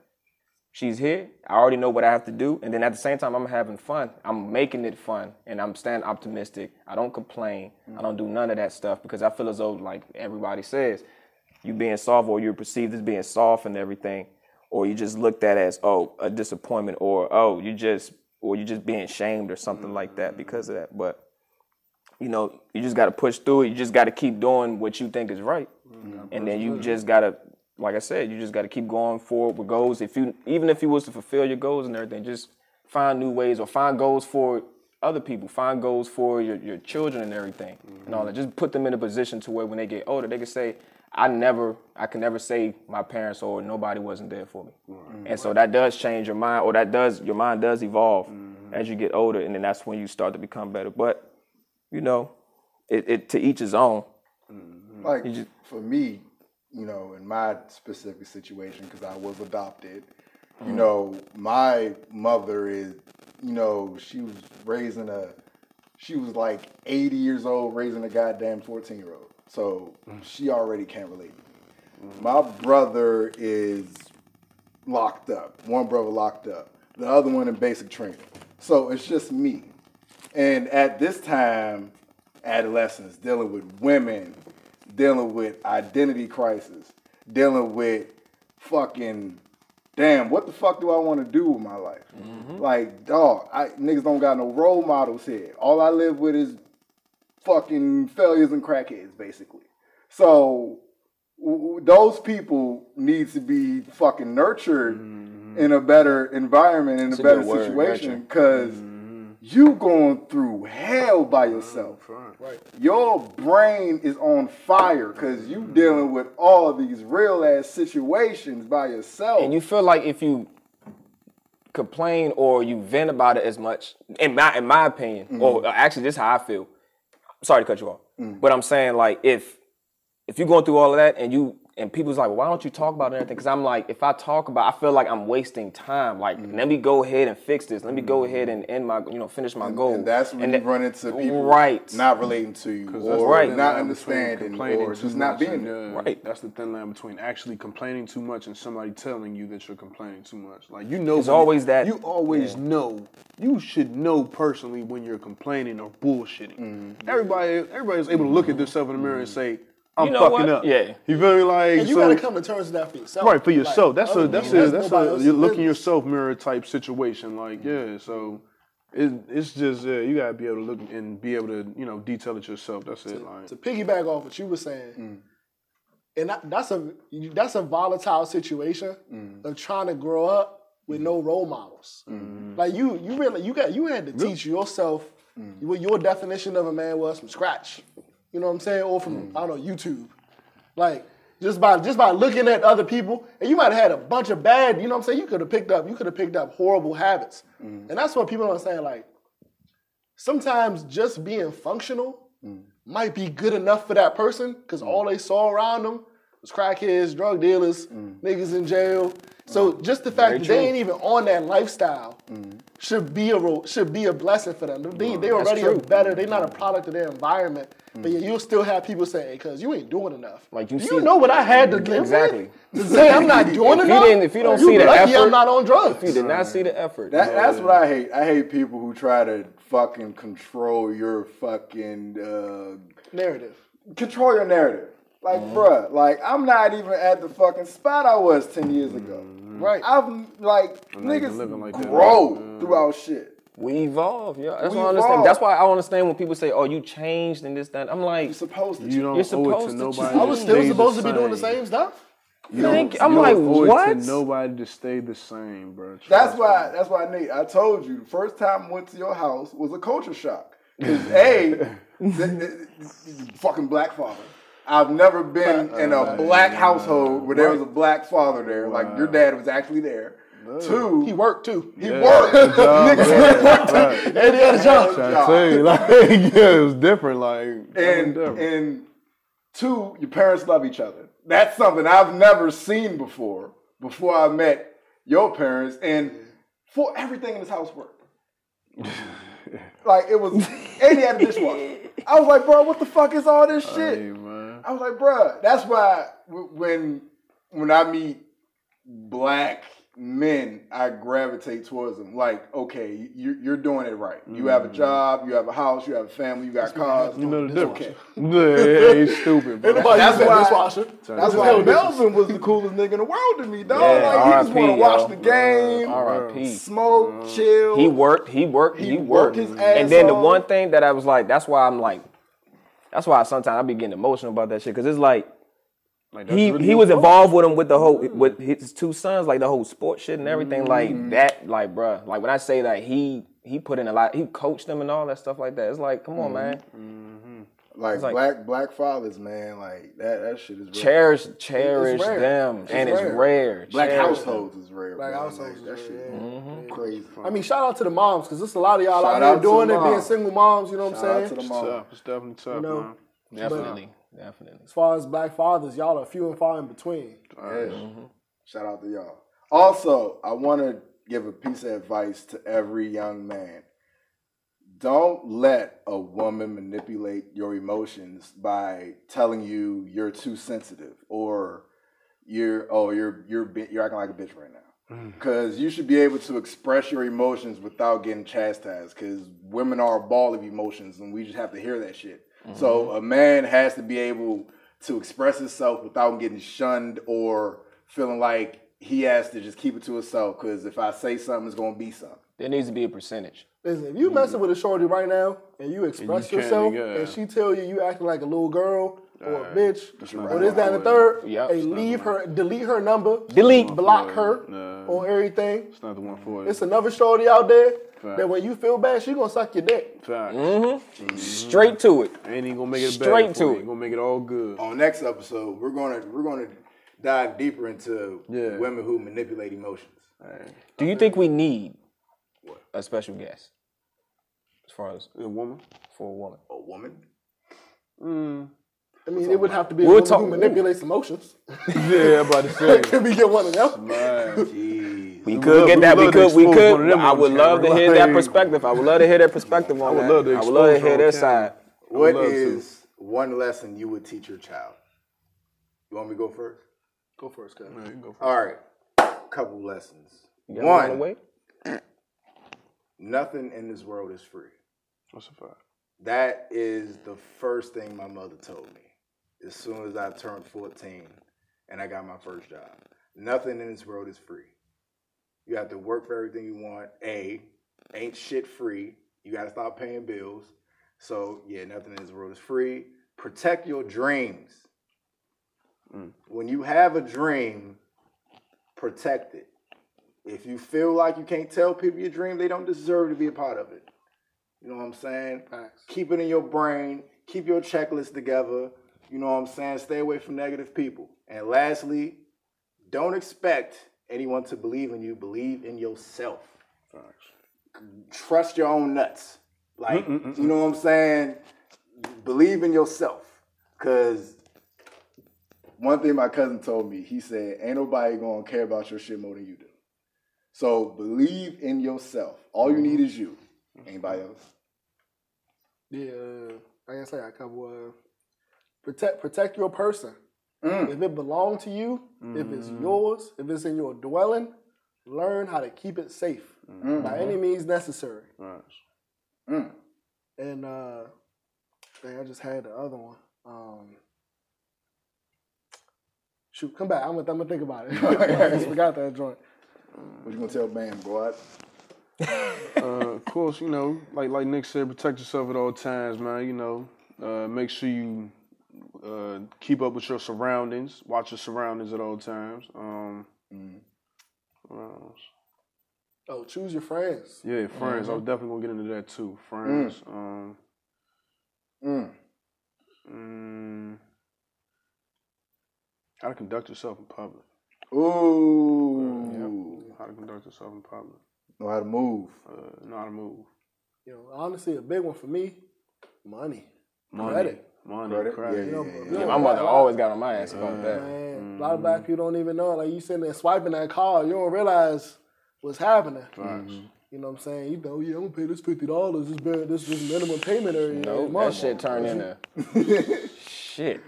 [SPEAKER 3] she's here. I already know what I have to do, and then at the same time, I'm having fun. I'm making it fun, and I'm staying optimistic. I don't complain. I don't do none of that stuff because I feel as though, like everybody says, you being soft or you're perceived as being soft and everything, or you just looked at as oh a disappointment or oh you just or you just being shamed or something like that because of that. But you know, you just got to push through it. You just got to keep doing what you think is right, and then you just got to, like I said, you just got to keep going forward with goals. If you, even if you was to fulfill your goals and everything, just find new ways or find goals for other people. Find goals for your, your children and everything, and all that. Just put them in a position to where when they get older, they can say, "I never, I can never say my parents or nobody wasn't there for me." And so that does change your mind, or that does your mind does evolve as you get older, and then that's when you start to become better. But you know, it, it to each his own.
[SPEAKER 1] like for me, you know, in my specific
[SPEAKER 6] Mm.
[SPEAKER 1] situation, because I was adopted, you know, my mother is you know, she was raising a, she was like 80 years old raising a goddamn 14 year old. So
[SPEAKER 6] Mm.
[SPEAKER 1] she already can't relate. My brother is locked up. One brother locked up. The other one in basic training. So it's just me. And at this time, adolescents dealing with women, dealing with identity crisis, dealing with fucking damn, what the fuck do I want to do with my life? Like, dog, I niggas don't got no role models here. All I live with is fucking failures and crackheads, basically. So w- w- those people need to be fucking nurtured in a better environment, in a
[SPEAKER 3] a
[SPEAKER 1] better
[SPEAKER 3] good word,
[SPEAKER 1] situation,
[SPEAKER 3] nurture.
[SPEAKER 1] because you going through hell by yourself. Your brain is on fire because you dealing with all these real ass situations by yourself.
[SPEAKER 3] And you feel like if you complain or you vent about it as much, in my in my opinion,
[SPEAKER 1] Mm-hmm.
[SPEAKER 3] or actually this is how I feel. I'm sorry to cut you off. But I'm saying like if if you're going through all of that and you and people's like, why don't you talk about it and everything? Because I'm like, if I talk about, I feel like I'm wasting time. Like,
[SPEAKER 1] Mm-hmm.
[SPEAKER 3] let me go ahead and fix this. Let me go ahead and end my, you know, finish my goal.
[SPEAKER 1] and that's when you
[SPEAKER 3] that-
[SPEAKER 1] run into people
[SPEAKER 3] right?
[SPEAKER 1] not relating to you
[SPEAKER 6] That's
[SPEAKER 1] or
[SPEAKER 6] the
[SPEAKER 3] Right.
[SPEAKER 6] thin
[SPEAKER 1] not
[SPEAKER 6] line between
[SPEAKER 1] understanding
[SPEAKER 6] complaining
[SPEAKER 1] or
[SPEAKER 6] too
[SPEAKER 1] just not
[SPEAKER 6] much
[SPEAKER 1] being
[SPEAKER 6] and,
[SPEAKER 1] there.
[SPEAKER 6] uh,
[SPEAKER 3] Right.
[SPEAKER 6] That's the thin line between actually complaining too much and somebody telling you that you're complaining too much. Like you know,
[SPEAKER 3] It's
[SPEAKER 6] when-
[SPEAKER 3] always that-
[SPEAKER 6] You always know. You should know personally when you're complaining or bullshitting. Everybody, everybody's able to look at themself in the mirror and say, "I'm
[SPEAKER 3] You know
[SPEAKER 6] fucking
[SPEAKER 3] what?
[SPEAKER 6] up."
[SPEAKER 3] Yeah.
[SPEAKER 6] You feel me? Like
[SPEAKER 4] And you
[SPEAKER 6] so-
[SPEAKER 4] gotta come to terms with that for yourself.
[SPEAKER 6] right for yourself.
[SPEAKER 4] Like,
[SPEAKER 6] that's
[SPEAKER 4] other
[SPEAKER 6] a
[SPEAKER 4] than
[SPEAKER 6] that's
[SPEAKER 4] you,
[SPEAKER 6] a that's
[SPEAKER 4] nobody
[SPEAKER 6] a
[SPEAKER 4] else's
[SPEAKER 6] you're looking
[SPEAKER 4] business.
[SPEAKER 6] yourself mirror type situation. Like yeah, so it, it's just yeah, you gotta be able to look and be able to you know detail it yourself. That's it. Like
[SPEAKER 4] to piggyback off what you were saying, and that, that's a you- that's a volatile situation of trying to grow up with no role models. Like you, you really you got you had to teach yourself what your definition of a man was from scratch. You know what I'm saying, or from I don't know YouTube. Like just by just by looking at other people, and you might have had a bunch of bad. You know what I'm saying? You could have picked up you could have picked up horrible habits, and that's what people don't understand. Like sometimes just being functional might be good enough for that person because all they saw around them was crackheads, drug dealers, niggas in jail. So just the fact that they ain't even on that lifestyle should be a ro- should be a blessing for them. They they already are
[SPEAKER 3] true.
[SPEAKER 4] better. They're not a product of their environment. But yet you'll still have people say, "Hey, cuz you ain't doing enough."
[SPEAKER 3] Like, you
[SPEAKER 4] Do
[SPEAKER 3] see-
[SPEAKER 4] you know what I had to live
[SPEAKER 3] Exactly.
[SPEAKER 4] with to say I'm not doing
[SPEAKER 3] If you
[SPEAKER 4] enough.
[SPEAKER 3] didn't- if you don't see the
[SPEAKER 4] lucky
[SPEAKER 3] effort-
[SPEAKER 4] I'm not on drugs.
[SPEAKER 3] You did not see the effort.
[SPEAKER 1] That, that's what I hate. I hate people who try to fucking control your fucking uh,
[SPEAKER 4] Narrative.
[SPEAKER 1] control your narrative. Like,
[SPEAKER 6] Mm-hmm.
[SPEAKER 1] bruh, like I'm not even at the fucking spot I was ten years ago.
[SPEAKER 6] Mm-hmm.
[SPEAKER 4] Right.
[SPEAKER 1] I've like
[SPEAKER 6] even living
[SPEAKER 1] niggas
[SPEAKER 6] like that. Mm-hmm.
[SPEAKER 1] grow throughout shit.
[SPEAKER 3] We evolve, yeah. That's
[SPEAKER 1] We
[SPEAKER 3] what I understand.
[SPEAKER 1] evolve.
[SPEAKER 3] That's why I understand when people say, "Oh, you changed and this that." I'm like,
[SPEAKER 1] You're supposed to.
[SPEAKER 6] you don't
[SPEAKER 3] You're
[SPEAKER 6] owe it
[SPEAKER 3] supposed
[SPEAKER 6] to
[SPEAKER 3] to
[SPEAKER 6] nobody.
[SPEAKER 3] change.
[SPEAKER 4] I
[SPEAKER 6] to
[SPEAKER 4] was
[SPEAKER 6] stay
[SPEAKER 4] still
[SPEAKER 6] the
[SPEAKER 4] supposed to be doing the same stuff.
[SPEAKER 6] You don't-
[SPEAKER 3] Think-
[SPEAKER 6] you
[SPEAKER 3] I'm
[SPEAKER 6] don't
[SPEAKER 3] like,
[SPEAKER 6] owe it
[SPEAKER 3] what?
[SPEAKER 6] to nobody to stay the same, bro.
[SPEAKER 1] That's why. That's why, Nate. I told you the first time I went to your house was a culture shock. Cause a, th- th- th- fucking black father. I've never been in a black household where there was a black father there. Like your dad was actually there. Two,
[SPEAKER 4] He worked too. He
[SPEAKER 1] he
[SPEAKER 4] worked.
[SPEAKER 1] worked. Niggas worked.
[SPEAKER 4] And he had a job.
[SPEAKER 6] I tell you, like, yeah, it was different. Like, it was
[SPEAKER 1] and
[SPEAKER 6] different.
[SPEAKER 1] and two, your parents love each other. That's something I've never seen before. Before I met your parents, and for everything in this house worked. like it was, and he had a dishwasher. I was like, bro, what the fuck is all this shit?
[SPEAKER 6] Hey, man.
[SPEAKER 1] I was like, bruh, that's why w- when when I meet black men, I gravitate towards them. Like, okay, you, you're doing it right. You have a job, you have a house, you have a family, you got cars.
[SPEAKER 6] Mm. You know the
[SPEAKER 1] okay.
[SPEAKER 6] difference. Yeah, yeah, he's stupid, bro.
[SPEAKER 4] Nobody
[SPEAKER 1] That's
[SPEAKER 4] used that
[SPEAKER 1] why-
[SPEAKER 4] dishwasher.
[SPEAKER 1] That's why Melvin was the coolest nigga in the world to me, dog.
[SPEAKER 3] Yeah,
[SPEAKER 1] like, he just
[SPEAKER 3] RIP,
[SPEAKER 1] want to watch
[SPEAKER 3] yo.
[SPEAKER 1] the game,
[SPEAKER 3] R.I.P.
[SPEAKER 1] smoke, chill.
[SPEAKER 3] He worked. He worked. He,
[SPEAKER 1] He worked
[SPEAKER 3] worked.
[SPEAKER 1] his ass
[SPEAKER 3] and then the
[SPEAKER 1] off.
[SPEAKER 3] one thing that I was like, that's why I'm like, that's why sometimes I be getting emotional about that shit because it's like
[SPEAKER 6] Like, that's
[SPEAKER 3] he
[SPEAKER 6] really
[SPEAKER 3] he was involved with him with the whole with his two sons, like the whole sports shit and everything like that. Like, bruh, like when I say that he he put in a lot, he coached them and all that stuff like that. It's like, come on, man,
[SPEAKER 1] like,
[SPEAKER 3] like-
[SPEAKER 1] black black fathers, man. Like that that shit is real.
[SPEAKER 3] cherish cherish
[SPEAKER 4] rare.
[SPEAKER 3] them, and it's
[SPEAKER 1] rare.
[SPEAKER 3] rare.
[SPEAKER 1] Black
[SPEAKER 3] Cherish
[SPEAKER 1] households is rare.
[SPEAKER 4] Black
[SPEAKER 1] bro.
[SPEAKER 4] households
[SPEAKER 1] Like, that
[SPEAKER 4] is
[SPEAKER 1] shit
[SPEAKER 4] rare,
[SPEAKER 1] is
[SPEAKER 4] yeah.
[SPEAKER 1] crazy.
[SPEAKER 4] I mean, shout out to the moms because there's a lot of y'all
[SPEAKER 1] Shout
[SPEAKER 4] out
[SPEAKER 1] out
[SPEAKER 4] here
[SPEAKER 1] to
[SPEAKER 4] doing
[SPEAKER 1] the
[SPEAKER 4] it, being
[SPEAKER 1] moms.
[SPEAKER 4] single moms. You know what
[SPEAKER 1] Shout out
[SPEAKER 4] I'm
[SPEAKER 1] to
[SPEAKER 4] saying?
[SPEAKER 1] them
[SPEAKER 6] tough.
[SPEAKER 1] all.
[SPEAKER 6] It's definitely tough,
[SPEAKER 4] know,
[SPEAKER 6] man.
[SPEAKER 3] them. definitely, definitely.
[SPEAKER 4] As far as black fathers,
[SPEAKER 3] Mm-hmm.
[SPEAKER 4] y'all are few and far in between.
[SPEAKER 1] Yeah. Shout out to y'all. Also, I want to give a piece of advice to every young man. Don't let a woman manipulate your emotions by telling you you're too sensitive or you're oh you're you're bi- you're acting like a bitch right now. Because you should be able to express your emotions without getting chastised. Because women are a ball of emotions, and we just have to hear that shit. So a man has to be able to express himself without getting shunned or feeling like he has to just keep it to himself. Because if I say something, it's gonna be something.
[SPEAKER 3] There needs to be a percentage.
[SPEAKER 4] Listen, if you messing with a shorty right now and you express
[SPEAKER 6] can't,
[SPEAKER 4] yourself
[SPEAKER 6] yeah.
[SPEAKER 4] and she tell you you acting like a little girl or a bitch
[SPEAKER 1] not
[SPEAKER 4] or
[SPEAKER 1] right.
[SPEAKER 4] this, that, and the third,
[SPEAKER 3] Yup.
[SPEAKER 4] hey, leave her, delete her number,
[SPEAKER 3] Delete.
[SPEAKER 4] block her
[SPEAKER 6] Nah.
[SPEAKER 4] on everything.
[SPEAKER 6] It's not the one for
[SPEAKER 4] It's
[SPEAKER 6] it.
[SPEAKER 4] another shorty out there
[SPEAKER 6] Facts.
[SPEAKER 4] that when you feel bad, she gonna suck your dick.
[SPEAKER 6] Fact.
[SPEAKER 3] Straight to it.
[SPEAKER 6] Ain't even gonna make it
[SPEAKER 3] Mm-hmm. Straight
[SPEAKER 6] bad
[SPEAKER 3] to
[SPEAKER 6] for me.
[SPEAKER 3] it.
[SPEAKER 6] Gonna make it all good.
[SPEAKER 1] On next episode, we're gonna we're gonna dive deeper into
[SPEAKER 6] Yeah.
[SPEAKER 1] women who manipulate emotions.
[SPEAKER 3] Do you think we need a special guest as far as
[SPEAKER 6] A woman.
[SPEAKER 3] for a woman?
[SPEAKER 1] A woman.
[SPEAKER 4] I mean, it would have to be a
[SPEAKER 3] We'll
[SPEAKER 4] woman
[SPEAKER 3] talk-
[SPEAKER 4] who manipulates emotions.
[SPEAKER 6] Yeah, I'm about to say.
[SPEAKER 4] Can we get one of them?
[SPEAKER 3] We could get
[SPEAKER 6] we
[SPEAKER 3] that.
[SPEAKER 6] love
[SPEAKER 3] We
[SPEAKER 6] to
[SPEAKER 3] could. We
[SPEAKER 6] expose one of
[SPEAKER 3] could.
[SPEAKER 6] them
[SPEAKER 3] I
[SPEAKER 6] on
[SPEAKER 3] would love to
[SPEAKER 6] camera.
[SPEAKER 3] hear that
[SPEAKER 6] Like-
[SPEAKER 3] perspective. I would love to hear that perspective on
[SPEAKER 6] would
[SPEAKER 3] that.
[SPEAKER 6] love to
[SPEAKER 3] I would love to
[SPEAKER 6] expose her
[SPEAKER 3] hear
[SPEAKER 6] on
[SPEAKER 3] their
[SPEAKER 6] camera.
[SPEAKER 3] side.
[SPEAKER 1] What
[SPEAKER 6] love to.
[SPEAKER 1] is one lesson you would teach your child? You want me to go first?
[SPEAKER 4] Go first, guys.
[SPEAKER 1] All right. Couple lessons.
[SPEAKER 3] You
[SPEAKER 1] One.
[SPEAKER 3] got away?
[SPEAKER 1] Nothing in this world is free.
[SPEAKER 6] What's the fact?
[SPEAKER 1] That is the first thing my mother told me as soon as I turned 14 and I got my first job. Nothing in this world is free. You have to work for everything you want. A, ain't shit free. You got to stop paying bills. So, yeah, nothing in this world is free. Protect your dreams. When you have a dream, protect it. If you feel like you can't tell people your dream, they don't deserve to be a part of it. You know what I'm saying? Keep it in your brain. Keep your checklist together. You know what I'm saying? Stay away from negative people. And lastly, don't expect anyone to believe in you. Believe in yourself. Trust your own nuts. Like, you know what I'm saying? Believe in yourself. Because one thing my cousin told me, he said, ain't nobody going to care about your shit more than you do. So believe in yourself. All you need is you. Anybody else?
[SPEAKER 4] Yeah, I can say I cover uh, protect protect your person.
[SPEAKER 1] Mm.
[SPEAKER 4] If it belongs to you, if it's yours, if it's in your dwelling, learn how to keep it safe by any means necessary.
[SPEAKER 6] Nice.
[SPEAKER 1] Mm.
[SPEAKER 4] And uh, dang, I just had the other one. Um, shoot, come back. I'm gonna, I'm gonna think about it. I just forgot that joint.
[SPEAKER 1] What you gonna tell Bam, boy?
[SPEAKER 6] Uh, of course, you know, like like Nick said, protect yourself at all times, man. You know, uh, make sure you uh, keep up with your surroundings. Watch your surroundings at all times. Um,
[SPEAKER 4] Mm.
[SPEAKER 6] what else?
[SPEAKER 4] Oh, choose your friends.
[SPEAKER 6] Yeah, friends. I
[SPEAKER 1] Mm-hmm.
[SPEAKER 6] was definitely gonna get into that too. Friends. Um,
[SPEAKER 1] Mm.
[SPEAKER 6] mm, how to conduct yourself in public.
[SPEAKER 1] Ooh.
[SPEAKER 6] How to conduct yourself in public.
[SPEAKER 1] Know how to move.
[SPEAKER 6] Uh, know how to move.
[SPEAKER 4] You know, honestly, a big one for me, money.
[SPEAKER 6] Money.
[SPEAKER 4] Credit.
[SPEAKER 6] Money.
[SPEAKER 1] Credit?
[SPEAKER 6] Credit.
[SPEAKER 1] Yeah,
[SPEAKER 4] You know,
[SPEAKER 1] yeah,
[SPEAKER 4] if
[SPEAKER 1] yeah.
[SPEAKER 4] you don't
[SPEAKER 3] Yeah, my
[SPEAKER 4] have a
[SPEAKER 3] mother
[SPEAKER 4] lot-
[SPEAKER 3] always got on my ass about that.
[SPEAKER 4] Man, a
[SPEAKER 6] Mm-hmm.
[SPEAKER 4] lot of black people don't even know. Like you sitting there swiping that car, you don't realize what's happening.
[SPEAKER 6] Mm-hmm.
[SPEAKER 4] You know what I'm saying? You know, you don't pay this fifty dollars. This bare- this this minimum payment every
[SPEAKER 3] No, that
[SPEAKER 4] month.
[SPEAKER 3] shit turned into shit.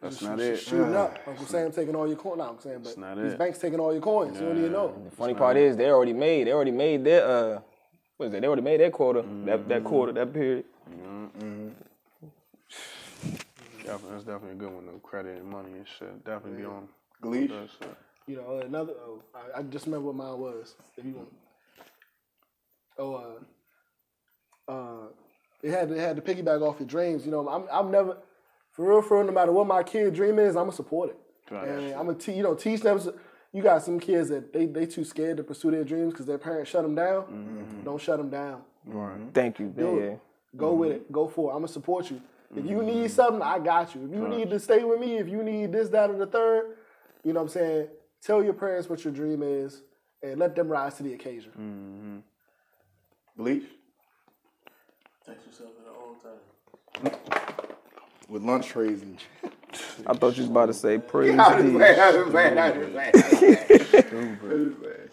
[SPEAKER 6] That's not it.
[SPEAKER 4] shooting up. Uncle Sam taking all your coins. Nah, I'm saying, but
[SPEAKER 6] not
[SPEAKER 4] these
[SPEAKER 6] it.
[SPEAKER 4] banks taking all your coins. You don't even know.
[SPEAKER 3] Funny part is they already made. They already made their uh, what is that? They already made their quarter. That
[SPEAKER 6] Mm-hmm.
[SPEAKER 3] that quarter. That period.
[SPEAKER 6] Definitely, that's definitely a good one though. Credit and money and shit. Definitely be on.
[SPEAKER 1] Gleesh.
[SPEAKER 6] that shit.
[SPEAKER 4] You know, another. Oh, I, I just remember what mine was. If you want. Oh, uh, uh, it had it had to piggyback off your dreams. You know, I'm I'm never, for real, for real. No matter what my kid dream is, I'm gonna support it. And I'm gonna te- you know teach them. You got some kids that they they too scared to pursue their dreams because their parents shut them down. Don't shut them down.
[SPEAKER 3] Thank you. Yeah.
[SPEAKER 4] it. Go
[SPEAKER 6] Mm-hmm.
[SPEAKER 4] with it. Go for it. I'm gonna support you. If you need something, I got you. If you need to stay with me, if you need this, that, or the third, you know what I'm saying. Tell your parents what your dream is, and let them rise to the occasion.
[SPEAKER 6] Mm.
[SPEAKER 1] Bleach
[SPEAKER 5] Protect yourself at all times.
[SPEAKER 1] with lunch trays and
[SPEAKER 3] I thought you was about to say praise.
[SPEAKER 1] I just playing, I just playing, I just playing, I just playing.
[SPEAKER 5] thing.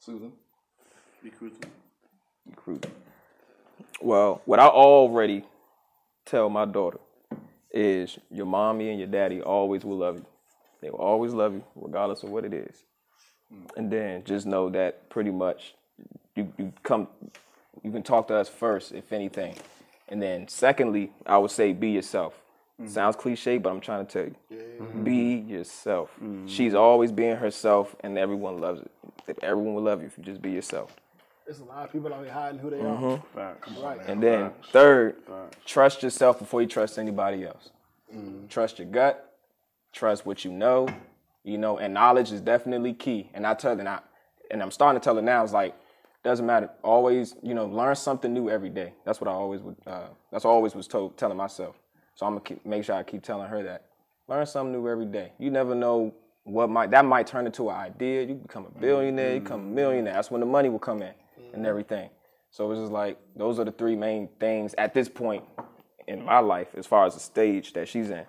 [SPEAKER 1] Susan.
[SPEAKER 5] Recruiting.
[SPEAKER 3] recruit. Well, what I already tell my daughter is your mommy and your daddy always will love you. They will always love you, regardless of what it is. And then just know that pretty much you, you come you can talk to us first, if anything. And then secondly, I would say be yourself. Sounds cliche, but I'm trying to tell you. Be yourself. She's always being herself and everyone loves it. Everyone will love you if you just be yourself.
[SPEAKER 4] There's a lot of people out here hiding who they are.
[SPEAKER 6] Mm-hmm.
[SPEAKER 4] Right.
[SPEAKER 3] And then third, trust yourself before you trust anybody else. Trust your gut. Trust what you know. You know, and knowledge is definitely key. And I tell them, I, and I'm starting to tell her now. It's like doesn't matter. Always, you know, learn something new every day. That's what I always would. Uh, that's what I always was told, telling myself. So I'm gonna keep, make sure I keep telling her that. Learn something new every day. You never know what might that might turn into an idea. You become
[SPEAKER 6] Mm-hmm.
[SPEAKER 3] a billionaire. You become a millionaire. That's when the money will come in and everything. So it's just like those are the three main things at this point in my life, as far as the stage that she's in,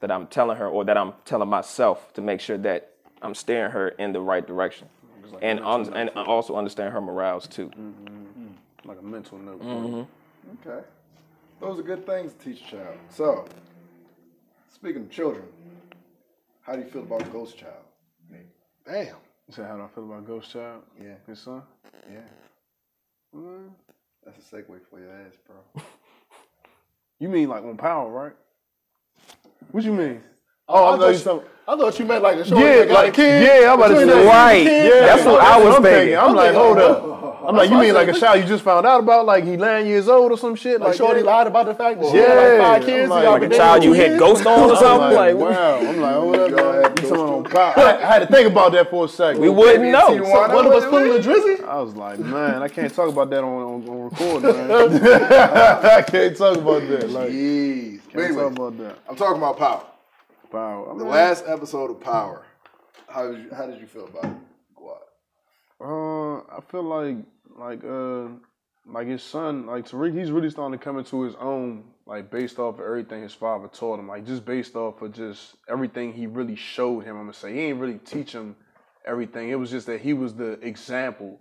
[SPEAKER 3] that I'm telling her or that I'm telling myself to make sure that I'm steering her in the right direction, and un- and also understand her morals too.
[SPEAKER 6] Mm-hmm. Like a mental note. Mm-hmm.
[SPEAKER 1] Okay. Those are good things to teach a child. So, speaking of children, how do you feel about Ghost Child?
[SPEAKER 4] Damn.
[SPEAKER 6] You said, how do I feel about Ghost Child?
[SPEAKER 1] Yeah.
[SPEAKER 6] His son?
[SPEAKER 1] Yeah. That's a segue for your ass, bro.
[SPEAKER 6] You mean like on power, right? What you mean?
[SPEAKER 4] Oh,
[SPEAKER 6] I
[SPEAKER 4] I,
[SPEAKER 6] thought you
[SPEAKER 4] thought you, I thought you meant like a show.
[SPEAKER 6] Yeah, like kid. Yeah, I'm about to
[SPEAKER 4] Between
[SPEAKER 6] say
[SPEAKER 4] the
[SPEAKER 6] right.
[SPEAKER 4] kid-
[SPEAKER 6] Yeah,
[SPEAKER 4] That's what
[SPEAKER 6] I was
[SPEAKER 3] I'm
[SPEAKER 6] thinking.
[SPEAKER 3] thinking.
[SPEAKER 6] I'm like, hold up. I'm like, you
[SPEAKER 4] what I
[SPEAKER 6] mean like a
[SPEAKER 4] said.
[SPEAKER 6] child you just found out about, like he nine years old or some shit?
[SPEAKER 4] Like, Shorty
[SPEAKER 6] yeah.
[SPEAKER 4] lied about the fact that she
[SPEAKER 6] Yeah,
[SPEAKER 4] had like five
[SPEAKER 6] I'm
[SPEAKER 4] kids.
[SPEAKER 6] like-
[SPEAKER 4] y'all
[SPEAKER 6] Like
[SPEAKER 4] been
[SPEAKER 6] a
[SPEAKER 4] dating
[SPEAKER 3] Child, you
[SPEAKER 4] two
[SPEAKER 3] hit
[SPEAKER 4] years?
[SPEAKER 3] ghost on or
[SPEAKER 6] I'm
[SPEAKER 3] something?
[SPEAKER 6] like,
[SPEAKER 3] Like,
[SPEAKER 6] wow. I'm like, hold up.
[SPEAKER 1] Y'all
[SPEAKER 6] man.
[SPEAKER 1] had
[SPEAKER 6] You
[SPEAKER 1] Ghost
[SPEAKER 6] talking on
[SPEAKER 1] Child.
[SPEAKER 6] power. I I had to think about that for a second.
[SPEAKER 3] we wouldn't know.
[SPEAKER 1] So
[SPEAKER 4] One of us pulling a drizzy.
[SPEAKER 6] I was like, man, I can't talk about that on, on, on recording, man. I can't talk about that. Like, can't
[SPEAKER 1] Jeez. But
[SPEAKER 6] talk
[SPEAKER 1] anyways,
[SPEAKER 6] about that.
[SPEAKER 1] I'm talking about Power.
[SPEAKER 6] Power. I
[SPEAKER 1] The
[SPEAKER 6] mean,
[SPEAKER 1] last episode of Power. How did you, how did you feel about it? Guad?
[SPEAKER 6] Uh, I feel like like uh like his son, like Tariq, he's really starting to come into his own, like based off of everything his father taught him, like just based off of just everything he really showed him. I'm gonna say he ain't really teach him everything. It was just that he was the example.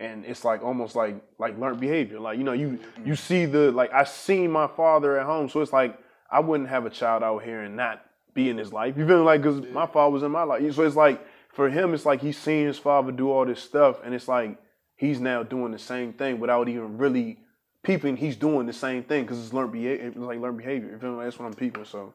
[SPEAKER 6] And it's like almost like like learned behavior. Like, you know, you you see the like I seen my father at home. So it's like I wouldn't have a child out here and not be in his life. You feel me? like because my father was in my life. So it's like for him, it's like he's seeing his father do all this stuff, and it's like he's now doing the same thing without even really peeping. He's doing the same thing because it's learned behavior. It's like learned behavior. You feel me? Like, that's what I'm peeping. So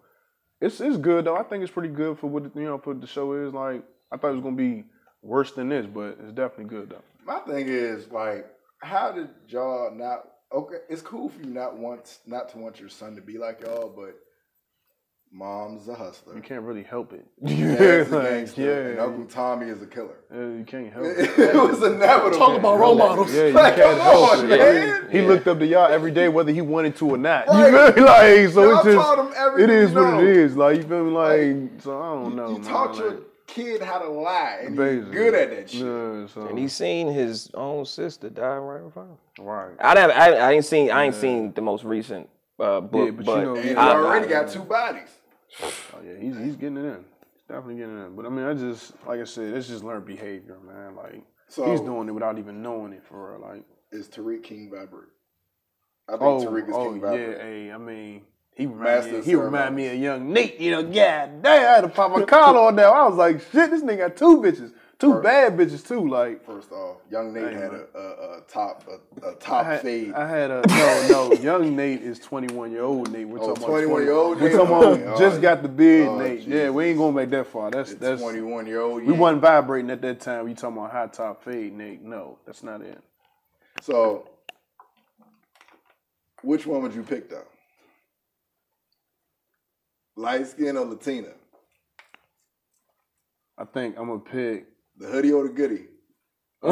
[SPEAKER 6] it's it's good though. I think it's pretty good for what you know for the show is. Like I thought it was gonna be worse than this, but it's definitely good though.
[SPEAKER 1] My thing is like, how did y'all not? Okay, it's cool for you not want not to want your son to be like y'all, but mom's a hustler.
[SPEAKER 6] You can't really help it.
[SPEAKER 1] Dad's a
[SPEAKER 6] like,
[SPEAKER 1] gangster, and
[SPEAKER 6] yeah,
[SPEAKER 1] Uncle Tommy is a killer.
[SPEAKER 6] yeah, you can't help it.
[SPEAKER 1] it was inevitable.
[SPEAKER 4] Talk about role models.
[SPEAKER 6] Yeah, you
[SPEAKER 1] Like,
[SPEAKER 6] can't
[SPEAKER 1] come
[SPEAKER 6] help
[SPEAKER 1] on,
[SPEAKER 6] it.
[SPEAKER 1] man.
[SPEAKER 6] He looked up to y'all every day, whether he wanted to or not. You
[SPEAKER 1] Right.
[SPEAKER 6] feel me? Like, so
[SPEAKER 1] Y'all
[SPEAKER 6] it's just,
[SPEAKER 1] taught him everything
[SPEAKER 6] it is
[SPEAKER 1] you
[SPEAKER 6] what
[SPEAKER 1] know.
[SPEAKER 6] it is. Like, you feel me? Like, so I don't
[SPEAKER 1] You,
[SPEAKER 6] know.
[SPEAKER 1] you
[SPEAKER 6] man.
[SPEAKER 1] taught your
[SPEAKER 6] Like,
[SPEAKER 1] kid how to lie, and he's
[SPEAKER 6] basically.
[SPEAKER 1] good at that shit.
[SPEAKER 6] Yeah, so,
[SPEAKER 3] And he's seen his own sister die right in front of him.
[SPEAKER 6] right.
[SPEAKER 3] I didn't. I, I ain't seen. I ain't seen the most recent uh, book,
[SPEAKER 6] Yeah, but
[SPEAKER 3] but,
[SPEAKER 6] you know,
[SPEAKER 1] And he
[SPEAKER 3] I,
[SPEAKER 1] already
[SPEAKER 3] I-
[SPEAKER 1] got two bodies.
[SPEAKER 6] Oh, yeah, he's, he's getting it in. He's definitely getting it in. But I mean, I just, like I said, it's just learned behavior, man. Like,
[SPEAKER 1] So-
[SPEAKER 6] he's doing it without even knowing it for real. Like,
[SPEAKER 1] Is Tariq King Vibrate? I think
[SPEAKER 6] oh,
[SPEAKER 1] Tariq is
[SPEAKER 6] oh
[SPEAKER 1] King
[SPEAKER 6] yeah,
[SPEAKER 1] Vibrate.
[SPEAKER 6] hey, I mean, he
[SPEAKER 1] Master
[SPEAKER 6] reminded me,
[SPEAKER 1] of
[SPEAKER 6] he remind me
[SPEAKER 1] ceremonies.
[SPEAKER 6] of young Nate, you know, god damn, I had to pop my collar on that. I was like, shit, this nigga got two bitches, two bad bitches too, like.
[SPEAKER 1] First off, Young Nate
[SPEAKER 6] Hey,
[SPEAKER 1] had
[SPEAKER 6] man.
[SPEAKER 1] a, a, a top a, a
[SPEAKER 6] I
[SPEAKER 1] top
[SPEAKER 6] had,
[SPEAKER 1] fade.
[SPEAKER 6] I had a no, no. Young Nate is twenty one year old Nate. We're
[SPEAKER 1] Oh,
[SPEAKER 6] talking
[SPEAKER 1] 21 year old
[SPEAKER 6] We're
[SPEAKER 1] Nate?
[SPEAKER 6] talking about
[SPEAKER 1] Oh,
[SPEAKER 6] just got the beard,
[SPEAKER 1] Oh,
[SPEAKER 6] Nate. Yeah, we ain't gonna make that far. That's that's.
[SPEAKER 1] Twenty one year old.
[SPEAKER 6] We wasn't vibrating at that time. You talking about high top fade, Nate? No, that's not it.
[SPEAKER 1] So, which one would you pick though? Light skin or Latina?
[SPEAKER 6] I think I'm gonna pick
[SPEAKER 1] The hoodie or the goodie?
[SPEAKER 6] uh,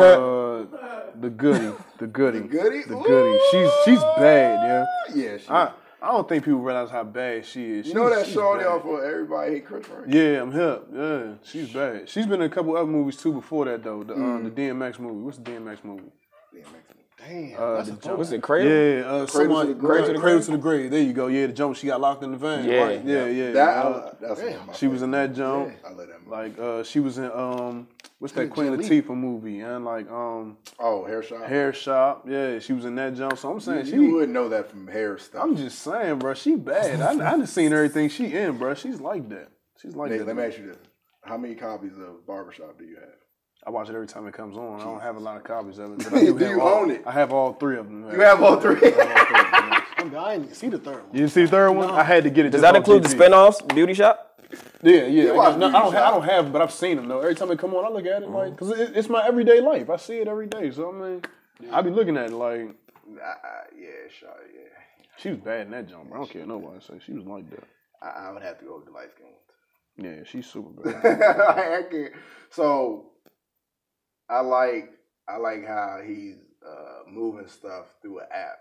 [SPEAKER 6] the goody, the goody,
[SPEAKER 1] The goodie?
[SPEAKER 6] the goody. She's she's bad, yeah.
[SPEAKER 1] Yeah, she.
[SPEAKER 6] I I don't think people realize how bad she is.
[SPEAKER 1] you know that
[SPEAKER 6] she's
[SPEAKER 1] shorty
[SPEAKER 6] bad.
[SPEAKER 1] off of Everybody Hate Chris Brown?
[SPEAKER 6] Yeah, I'm hip. Yeah, she's bad. Mm. She's been in a couple other movies too before that though. The um, the DMX movie. What's the DMX movie?
[SPEAKER 1] Yeah, makes me-
[SPEAKER 4] Damn,
[SPEAKER 6] Uh,
[SPEAKER 4] that's
[SPEAKER 6] the
[SPEAKER 4] a
[SPEAKER 6] jump.
[SPEAKER 4] dope.
[SPEAKER 3] What's it, Craig?
[SPEAKER 6] Yeah, uh, someone,
[SPEAKER 1] the
[SPEAKER 6] Cradle,
[SPEAKER 1] Grave.
[SPEAKER 6] to the Cradle to the Grave. There you go. Yeah, the jump. She got locked in the van.
[SPEAKER 3] Yeah.
[SPEAKER 6] right? yeah, yeah.
[SPEAKER 1] That,
[SPEAKER 6] Uh,
[SPEAKER 1] I, that's one of my
[SPEAKER 6] she was in that jump.
[SPEAKER 1] favorites. I love that movie.
[SPEAKER 6] Like uh, she was in um, what's that
[SPEAKER 4] Look at
[SPEAKER 6] Queen
[SPEAKER 4] Jet Li.
[SPEAKER 6] Latifah movie? And like um,
[SPEAKER 1] oh, hair shot.
[SPEAKER 6] Hair Shop. Yeah, she was in that jump. So I'm saying she.
[SPEAKER 1] you would know that from hair stuff.
[SPEAKER 6] I'm just saying, bro. She bad. I I done seen everything she in, bro. She's like that. She's like
[SPEAKER 1] Nate,
[SPEAKER 6] that.
[SPEAKER 1] let me ask you this: How many copies of Barbershop do you have?
[SPEAKER 6] I watch it every time it comes on. I don't have a lot of copies of it. But I do,
[SPEAKER 1] Do
[SPEAKER 6] have
[SPEAKER 1] you
[SPEAKER 6] all,
[SPEAKER 1] own it?
[SPEAKER 6] I have all three of them. man.
[SPEAKER 1] You have all three.
[SPEAKER 4] I mean, I didn't even see the third one.
[SPEAKER 6] You see the third one? I had to get it.
[SPEAKER 3] Does that include the
[SPEAKER 6] spin?
[SPEAKER 3] spin-offs, Beauty Shop?
[SPEAKER 6] Yeah, yeah. I,
[SPEAKER 1] watch
[SPEAKER 6] guess- no, I
[SPEAKER 1] Beauty
[SPEAKER 6] don't. ha- I
[SPEAKER 1] Shop.
[SPEAKER 6] don't have, but I've seen them though. Every time they come on, I look at it
[SPEAKER 1] Mm-hmm.
[SPEAKER 6] like because it, it's my everyday life. I see it every day, so I mean, I be looking at it like
[SPEAKER 1] Nah, yeah, shot. Yeah,
[SPEAKER 6] she was bad in that jump. Bro. I don't care what nobody say she was like that.
[SPEAKER 1] I, I would have to go with the light skin one.
[SPEAKER 6] Yeah, she's super bad.
[SPEAKER 1] I can't. So I like I like how he's uh, moving stuff through an app.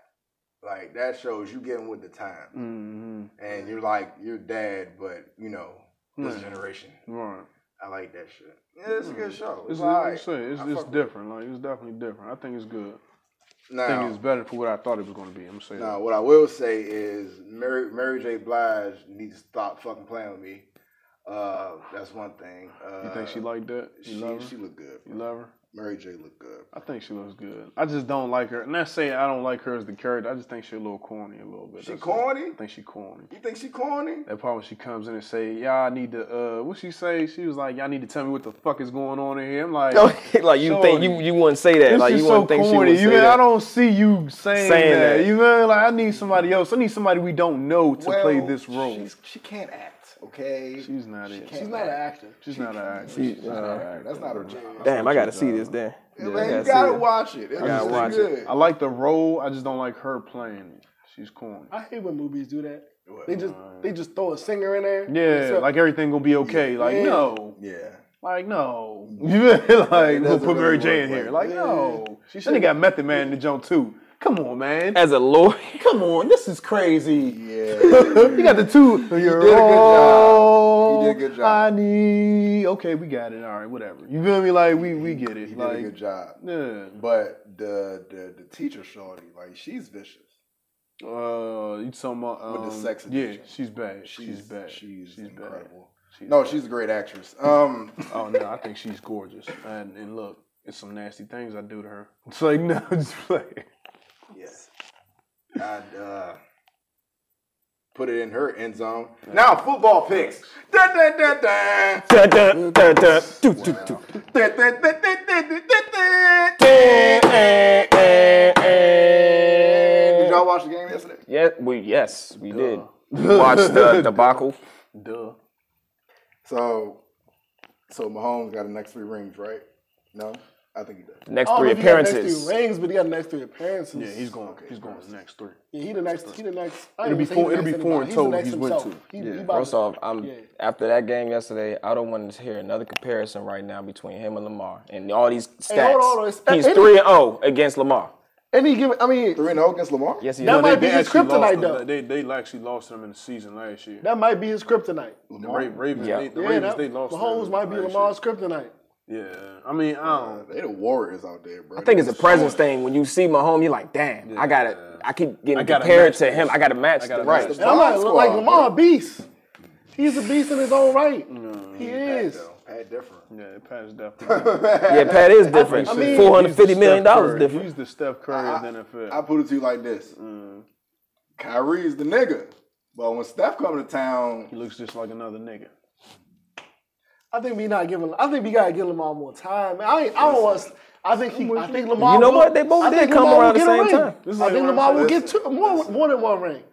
[SPEAKER 1] Like that shows you getting with the time,
[SPEAKER 6] mm-hmm.
[SPEAKER 1] and you're like you're dad, but you know this
[SPEAKER 6] Yeah.
[SPEAKER 1] generation.
[SPEAKER 6] Right.
[SPEAKER 1] I like that shit. Yeah, it's a good show.
[SPEAKER 6] It's,
[SPEAKER 1] Hmm. It's
[SPEAKER 6] like you
[SPEAKER 1] alright.
[SPEAKER 6] say, it's
[SPEAKER 1] I
[SPEAKER 6] it's
[SPEAKER 1] fuck with it.
[SPEAKER 6] different. Like it's definitely different. I think it's good. I think
[SPEAKER 1] Now,
[SPEAKER 6] it's better for what I thought it was going to be. I'm saying.
[SPEAKER 1] now, what I will say is Mary Mary J. Blige needs to stop fucking playing with me. Uh, that's one thing. Uh,
[SPEAKER 6] You think she like that? You
[SPEAKER 1] She,
[SPEAKER 6] love her?
[SPEAKER 1] she look good.
[SPEAKER 6] you love her?
[SPEAKER 1] Mary J. look good.
[SPEAKER 6] I think she looks good. I just don't like her. Not saying I don't like her as the character. I just think she's a little corny a little bit.
[SPEAKER 1] She
[SPEAKER 6] That's it.
[SPEAKER 1] corny.
[SPEAKER 6] I think she corny.
[SPEAKER 1] You think she corny?
[SPEAKER 6] That part when she comes in and say, "Y'all need to," uh, what she say? She was like, "Y'all need to tell me what the fuck is going on in here." I'm like,
[SPEAKER 3] like you think you you wouldn't say that?
[SPEAKER 6] "This
[SPEAKER 3] Like
[SPEAKER 6] is
[SPEAKER 3] you
[SPEAKER 6] so
[SPEAKER 3] wouldn't think she would
[SPEAKER 6] corny."
[SPEAKER 3] say
[SPEAKER 6] You mean I
[SPEAKER 3] that?
[SPEAKER 6] don't see you saying,
[SPEAKER 3] Saying
[SPEAKER 6] that.
[SPEAKER 3] that.
[SPEAKER 6] You mean like I need somebody else? I need somebody we don't know to play
[SPEAKER 1] Well,
[SPEAKER 6] this role.
[SPEAKER 1] She's, she can't act. Okay.
[SPEAKER 6] She's not it.
[SPEAKER 1] can't
[SPEAKER 4] She's not an actor.
[SPEAKER 6] She's not an actor.
[SPEAKER 3] She-
[SPEAKER 6] uh,
[SPEAKER 1] That's not her job.
[SPEAKER 3] Damn, I gotta see this then.
[SPEAKER 1] Man,
[SPEAKER 3] I
[SPEAKER 1] you
[SPEAKER 3] gotta
[SPEAKER 1] gotta
[SPEAKER 3] see it.
[SPEAKER 1] watch it. It's
[SPEAKER 3] gotta
[SPEAKER 1] really
[SPEAKER 3] watch it.
[SPEAKER 1] good.
[SPEAKER 6] I like the role. I just don't like her playing it. She's corny.
[SPEAKER 4] I hate when movies do that. They just they just throw a singer in there.
[SPEAKER 6] Yeah,
[SPEAKER 4] So-
[SPEAKER 6] like everything gonna be okay. Like
[SPEAKER 4] Yeah.
[SPEAKER 6] no,
[SPEAKER 1] Yeah.
[SPEAKER 6] like no. You feel like we'll
[SPEAKER 1] doesn't
[SPEAKER 6] put Mary
[SPEAKER 1] really
[SPEAKER 6] J in
[SPEAKER 1] work
[SPEAKER 6] here.
[SPEAKER 1] like
[SPEAKER 6] Like no. Then they got Method Man in the jump too. Come on, man.
[SPEAKER 3] As a lawyer,
[SPEAKER 6] Come on, this is crazy.
[SPEAKER 1] Yeah.
[SPEAKER 6] you got the two. You
[SPEAKER 1] did a good job. You did a good
[SPEAKER 6] I
[SPEAKER 1] job.
[SPEAKER 6] need. Okay, we got it. All right, whatever. You feel me? Like we we get it.
[SPEAKER 1] He did
[SPEAKER 6] like
[SPEAKER 1] a good job.
[SPEAKER 6] yeah.
[SPEAKER 1] But the the the teacher shorty, like she's vicious.
[SPEAKER 6] Uh, you talking about um,
[SPEAKER 1] With the sex
[SPEAKER 6] Yeah,
[SPEAKER 1] addiction.
[SPEAKER 6] she's bad. She's,
[SPEAKER 1] She's,
[SPEAKER 6] bad.
[SPEAKER 1] She's,
[SPEAKER 6] bad.
[SPEAKER 1] incredible.
[SPEAKER 6] She's
[SPEAKER 1] no,
[SPEAKER 6] bad.
[SPEAKER 1] she's a great actress. Um,
[SPEAKER 6] Oh no, I think she's gorgeous. And, and look, it's some nasty things I do to her. It's like no, just play.
[SPEAKER 1] yes. I'd uh, put it in her end zone. Now football picks. Dun, dun, dun, dun.
[SPEAKER 3] Dun, dun, dun, dun. Doo, doo, doo.
[SPEAKER 1] Dun, dun, dun, dun, dun, dun, dun, dun. Did y'all watch the game yesterday?
[SPEAKER 3] Yeah, we yes we did watch the debacle.
[SPEAKER 6] Duh.
[SPEAKER 1] So, so Mahomes got the next three rings, right? No, I think he does.
[SPEAKER 3] The next
[SPEAKER 4] I don't
[SPEAKER 3] three
[SPEAKER 4] know if he got next
[SPEAKER 3] appearances.
[SPEAKER 4] three rings, but he got next three appearances.
[SPEAKER 6] Yeah, he's going. he's going to the next three.
[SPEAKER 4] Yeah, he the next. He the next. I
[SPEAKER 6] It'll
[SPEAKER 4] ain't
[SPEAKER 6] be
[SPEAKER 4] gonna say
[SPEAKER 6] four-
[SPEAKER 4] he the
[SPEAKER 6] it'll be
[SPEAKER 4] next
[SPEAKER 6] four in
[SPEAKER 4] anybody.
[SPEAKER 6] total
[SPEAKER 4] He's
[SPEAKER 6] he's
[SPEAKER 4] the
[SPEAKER 6] went
[SPEAKER 4] next himself.
[SPEAKER 6] to.
[SPEAKER 4] He,
[SPEAKER 6] Yeah.
[SPEAKER 4] he about
[SPEAKER 3] First
[SPEAKER 4] to-
[SPEAKER 3] off, I'm
[SPEAKER 4] Yeah.
[SPEAKER 3] after that game yesterday. I don't want to hear another comparison right now between him and Lamar and all these stats.
[SPEAKER 4] hold on, hold on. It's-
[SPEAKER 3] He's
[SPEAKER 4] it-
[SPEAKER 3] three and zero against Lamar.
[SPEAKER 4] any given. I mean,
[SPEAKER 1] Three and zero against Lamar.
[SPEAKER 3] Yes, he
[SPEAKER 4] That
[SPEAKER 3] is.
[SPEAKER 4] might be his
[SPEAKER 6] actually lost
[SPEAKER 4] kryptonite,
[SPEAKER 6] them.
[SPEAKER 4] though.
[SPEAKER 6] They they actually lost them in the season last year.
[SPEAKER 4] that might be his kryptonite.
[SPEAKER 6] The Ra- Ravens,
[SPEAKER 3] Yeah.
[SPEAKER 6] they, the
[SPEAKER 4] Yeah,
[SPEAKER 6] Ravens,
[SPEAKER 4] that,
[SPEAKER 6] they lost.
[SPEAKER 4] Mahomes
[SPEAKER 6] them
[SPEAKER 4] might be
[SPEAKER 6] last
[SPEAKER 4] Lamar's kryptonite.
[SPEAKER 6] year. Yeah, I mean, I don't.
[SPEAKER 1] they the Warriors out there, bro.
[SPEAKER 3] I think it's a presence thing. When you see Mahomes, you're like, damn, I gotta. I keep getting
[SPEAKER 6] gotta
[SPEAKER 3] compared
[SPEAKER 6] match
[SPEAKER 3] to him. I gotta match
[SPEAKER 6] gotta
[SPEAKER 3] the
[SPEAKER 6] match
[SPEAKER 3] right.
[SPEAKER 6] the
[SPEAKER 4] And I'm
[SPEAKER 1] Squad
[SPEAKER 4] not look like
[SPEAKER 1] squad,
[SPEAKER 4] Lamar a beast. He's a beast in his own right. He is.
[SPEAKER 1] Pat different.
[SPEAKER 6] Yeah, Pat's definitely.
[SPEAKER 3] Yeah, Pat is different.
[SPEAKER 4] I mean-
[SPEAKER 3] Four hundred fifty million dollars
[SPEAKER 6] Curry.
[SPEAKER 3] different.
[SPEAKER 6] He's the Steph Curry of the NFL.
[SPEAKER 1] I put it to you like this:
[SPEAKER 3] Mm.
[SPEAKER 1] Kyrie's the nigga, but when Steph come to
[SPEAKER 6] he
[SPEAKER 1] town,
[SPEAKER 6] looks just like another nigga.
[SPEAKER 4] I think we not giving. I think we gotta give Lamar more time. Man, I, ain't, I don't want. I think he. I think Lamar.
[SPEAKER 3] You know
[SPEAKER 4] will-
[SPEAKER 3] what? They both
[SPEAKER 4] I
[SPEAKER 3] did
[SPEAKER 4] think
[SPEAKER 3] come
[SPEAKER 4] Lamar will
[SPEAKER 3] around the
[SPEAKER 4] get a
[SPEAKER 3] same
[SPEAKER 4] ring.
[SPEAKER 3] time.
[SPEAKER 6] This is
[SPEAKER 4] I
[SPEAKER 6] like
[SPEAKER 4] think
[SPEAKER 6] what I'm
[SPEAKER 4] Lamar will
[SPEAKER 6] saying.
[SPEAKER 4] get two, more, more than one ring.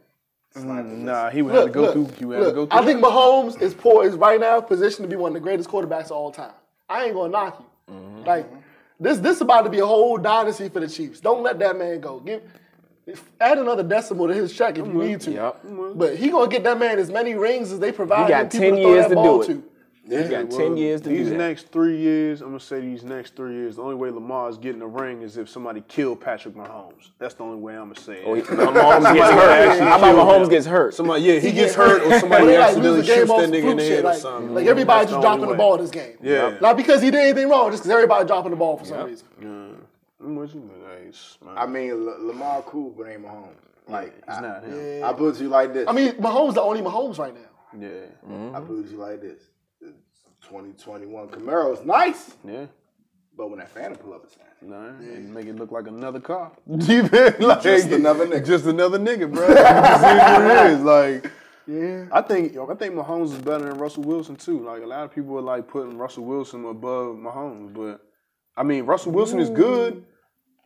[SPEAKER 6] Nah, he would have to
[SPEAKER 4] Look,
[SPEAKER 6] go
[SPEAKER 4] look,
[SPEAKER 6] through. He would have to go
[SPEAKER 4] look,
[SPEAKER 6] through.
[SPEAKER 4] I think Mahomes is poised right now, positioned to be one of the greatest quarterbacks of all time. I ain't gonna knock you.
[SPEAKER 6] Mm-hmm.
[SPEAKER 4] Like this, this about to be a whole dynasty for the Chiefs. Don't let that man go. Give, add another decimal to his check if
[SPEAKER 6] Mm-hmm.
[SPEAKER 4] you need to.
[SPEAKER 3] Yep.
[SPEAKER 4] But he gonna get that man as many rings as they provide.
[SPEAKER 3] You got 10
[SPEAKER 4] him people to throw
[SPEAKER 3] years
[SPEAKER 4] that
[SPEAKER 3] to
[SPEAKER 4] ball
[SPEAKER 3] do it.
[SPEAKER 4] To.
[SPEAKER 3] You got ten years to
[SPEAKER 6] these
[SPEAKER 3] do that.
[SPEAKER 6] next three years, I'm gonna say these next three years, the only way Lamar is getting a ring is if somebody killed Patrick Mahomes. That's the only way I'm gonna say it.
[SPEAKER 3] Oh, he- Mahomes gets hurt.
[SPEAKER 6] actually
[SPEAKER 3] How about
[SPEAKER 6] killed
[SPEAKER 3] Mahomes
[SPEAKER 6] him.
[SPEAKER 3] gets hurt?
[SPEAKER 6] Somebody, yeah, he, gets
[SPEAKER 4] get
[SPEAKER 6] hurt, or somebody
[SPEAKER 4] they, like,
[SPEAKER 6] accidentally
[SPEAKER 4] lose the game
[SPEAKER 6] shoots
[SPEAKER 4] off
[SPEAKER 6] that nigga in
[SPEAKER 4] fluke
[SPEAKER 6] the
[SPEAKER 4] shit,
[SPEAKER 6] head
[SPEAKER 4] like,
[SPEAKER 6] or something.
[SPEAKER 4] Like everybody
[SPEAKER 6] That's
[SPEAKER 4] just
[SPEAKER 6] only
[SPEAKER 4] dropping
[SPEAKER 6] way.
[SPEAKER 4] the ball this game.
[SPEAKER 6] Yeah.
[SPEAKER 4] Not because he did anything wrong, just because everybody dropping the ball for some reason.
[SPEAKER 6] I'm with Mm, you. Nice. man.
[SPEAKER 1] I mean, L- Lamar cool, but ain't Mahomes. Like,
[SPEAKER 6] it's
[SPEAKER 1] I,
[SPEAKER 6] not him.
[SPEAKER 1] I put it to you like this.
[SPEAKER 4] I mean, Mahomes the only Mahomes right now.
[SPEAKER 3] Mm.
[SPEAKER 6] Yeah. Mm-hmm.
[SPEAKER 1] I put it to you like this. The 2021 Camaro is nice,
[SPEAKER 6] Yeah.
[SPEAKER 1] but when that Phantom pull up, it's nice.
[SPEAKER 6] No, and make it look like another car. like,
[SPEAKER 1] Just another nigga.
[SPEAKER 6] Just another nigga, bro. That's what it is. Like,
[SPEAKER 4] Yeah.
[SPEAKER 6] I think yo, I think Mahomes is better than Russell Wilson too. Like a lot of people are like putting Russell Wilson above Mahomes, but I mean Russell Wilson is good.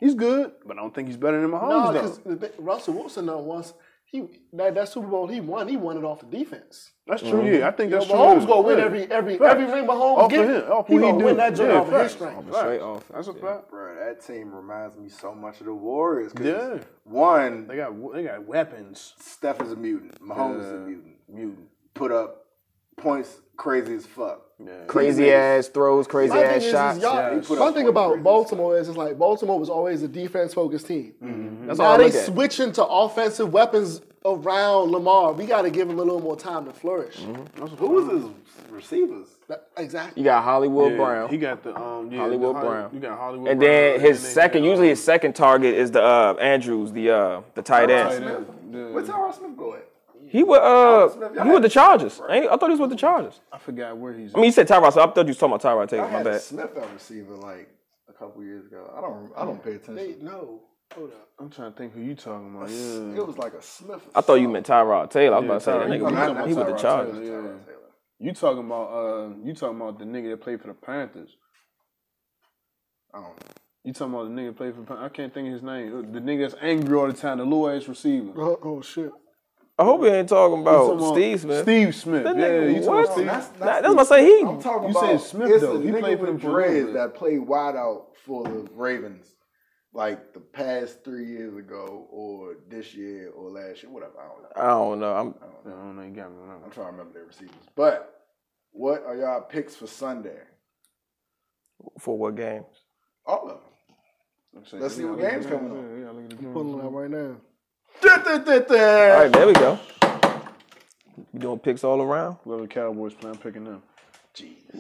[SPEAKER 6] He's good, but I don't think he's better than
[SPEAKER 4] No,
[SPEAKER 6] Mahomes
[SPEAKER 4] because
[SPEAKER 6] though.
[SPEAKER 4] Russell Wilson done once he that, that Super Bowl he won, he won it off the defense.
[SPEAKER 6] That's true. Yeah, I think that's true.
[SPEAKER 4] Mahomes gonna win
[SPEAKER 6] Yeah.
[SPEAKER 4] every every
[SPEAKER 6] Facts.
[SPEAKER 4] every ring Mahomes
[SPEAKER 6] Off of
[SPEAKER 4] get.
[SPEAKER 6] him, off
[SPEAKER 4] he
[SPEAKER 6] what he
[SPEAKER 4] gonna
[SPEAKER 6] do.
[SPEAKER 4] win that joint
[SPEAKER 6] Yeah,
[SPEAKER 4] off of his
[SPEAKER 6] facts.
[SPEAKER 4] strength.
[SPEAKER 3] Straight off.
[SPEAKER 6] That's a fact.
[SPEAKER 1] Bro, that team reminds me so much of the Warriors. 'cause
[SPEAKER 6] Yeah.
[SPEAKER 1] One,
[SPEAKER 6] They got they got weapons.
[SPEAKER 1] Steph is a mutant. Mahomes is a
[SPEAKER 6] Yeah.
[SPEAKER 1] mutant.
[SPEAKER 6] Mutant.
[SPEAKER 1] Put up points crazy as fuck.
[SPEAKER 6] Yeah.
[SPEAKER 3] Crazy ass throws, crazy
[SPEAKER 4] My thing
[SPEAKER 3] ass
[SPEAKER 4] is, is
[SPEAKER 3] shots.
[SPEAKER 4] y'all-
[SPEAKER 1] Yeah, he put
[SPEAKER 4] my
[SPEAKER 1] up
[SPEAKER 4] thing
[SPEAKER 1] forty
[SPEAKER 4] about
[SPEAKER 1] threes.
[SPEAKER 4] Baltimore is it's like Baltimore was always a defense focused team.
[SPEAKER 3] That's all
[SPEAKER 4] Now
[SPEAKER 3] I
[SPEAKER 4] they
[SPEAKER 3] look at.
[SPEAKER 4] switching to offensive weapons around Lamar. We got to give him a little more time to flourish.
[SPEAKER 1] Who was his receivers?
[SPEAKER 4] That- exactly.
[SPEAKER 3] You got Hollywood
[SPEAKER 6] Yeah,
[SPEAKER 3] Brown.
[SPEAKER 6] He got the um yeah,
[SPEAKER 3] Hollywood
[SPEAKER 6] the Holly-
[SPEAKER 3] Brown.
[SPEAKER 6] You got Hollywood
[SPEAKER 3] and
[SPEAKER 6] Brown,
[SPEAKER 3] then his
[SPEAKER 6] they got,
[SPEAKER 3] second,
[SPEAKER 6] um,
[SPEAKER 3] usually his second target is the uh, Andrews, the uh, the tight
[SPEAKER 6] tight
[SPEAKER 3] end.
[SPEAKER 6] end. Yeah.
[SPEAKER 1] Where's Tyron Smith going?
[SPEAKER 3] He was
[SPEAKER 1] Smith,
[SPEAKER 3] uh,
[SPEAKER 1] y'all
[SPEAKER 3] he was
[SPEAKER 1] had-
[SPEAKER 3] the Chargers. Ain't- I thought he was with the Chargers.
[SPEAKER 6] I forgot where he's.
[SPEAKER 3] I mean, you said Tyrod, so I thought you was talking about Tyrod Taylor.
[SPEAKER 1] I
[SPEAKER 3] My
[SPEAKER 1] had
[SPEAKER 3] bad.
[SPEAKER 1] Smith at receiver like a couple years ago. I don't. I don't pay
[SPEAKER 4] They,
[SPEAKER 1] attention.
[SPEAKER 4] no, hold up.
[SPEAKER 6] I'm trying to think who you talking about. Yeah.
[SPEAKER 1] It was like a Smith.
[SPEAKER 3] I thought you meant Tyrod Taylor. I was about to say that
[SPEAKER 6] Tyrod.
[SPEAKER 3] nigga.
[SPEAKER 6] Oh,
[SPEAKER 3] was-
[SPEAKER 6] not- not
[SPEAKER 3] he was the
[SPEAKER 6] Tyrod
[SPEAKER 3] Chargers.
[SPEAKER 6] Taylor, yeah. You talking about uh you talking about the nigga that played for the Panthers.
[SPEAKER 1] I don't know.
[SPEAKER 6] You talking about the nigga that played for the Panthers. I can't think of his name. Uh, The nigga that's angry all the time, the little ass receiver.
[SPEAKER 4] Oh, oh, shit.
[SPEAKER 3] I hope you ain't talking
[SPEAKER 6] You
[SPEAKER 3] about
[SPEAKER 6] talking about
[SPEAKER 3] Steve Smith.
[SPEAKER 6] Steve Smith.
[SPEAKER 3] That
[SPEAKER 6] yeah,
[SPEAKER 3] nigga-
[SPEAKER 6] you talking
[SPEAKER 3] what?
[SPEAKER 6] about Steve
[SPEAKER 1] That's-
[SPEAKER 3] Nah, that's what I say. He
[SPEAKER 1] I'm talking
[SPEAKER 6] You
[SPEAKER 1] about.
[SPEAKER 6] said Smith,
[SPEAKER 1] it's
[SPEAKER 6] though.
[SPEAKER 1] a
[SPEAKER 6] He
[SPEAKER 1] nigga
[SPEAKER 6] played for
[SPEAKER 1] with
[SPEAKER 6] them for a little
[SPEAKER 1] dreads
[SPEAKER 6] bit.
[SPEAKER 1] that played wide out for the Ravens, like the past three years ago, or this year, or last year, whatever. I don't know.
[SPEAKER 3] I don't know. I'm,
[SPEAKER 6] I don't know, you got me on that
[SPEAKER 1] I'm
[SPEAKER 6] one.
[SPEAKER 1] trying to remember their receivers. But what are y'all picks for Sunday?
[SPEAKER 3] for what game?
[SPEAKER 1] All of them.
[SPEAKER 6] I'm saying,
[SPEAKER 1] Let's see
[SPEAKER 6] yeah,
[SPEAKER 1] what
[SPEAKER 6] look at
[SPEAKER 1] game's
[SPEAKER 6] the-
[SPEAKER 1] coming
[SPEAKER 6] yeah, yeah, look at the-
[SPEAKER 4] Pulling it up right now.
[SPEAKER 3] All right, there we go. You doing picks all around?
[SPEAKER 6] Whoever the Cowboys playing, I'm picking them.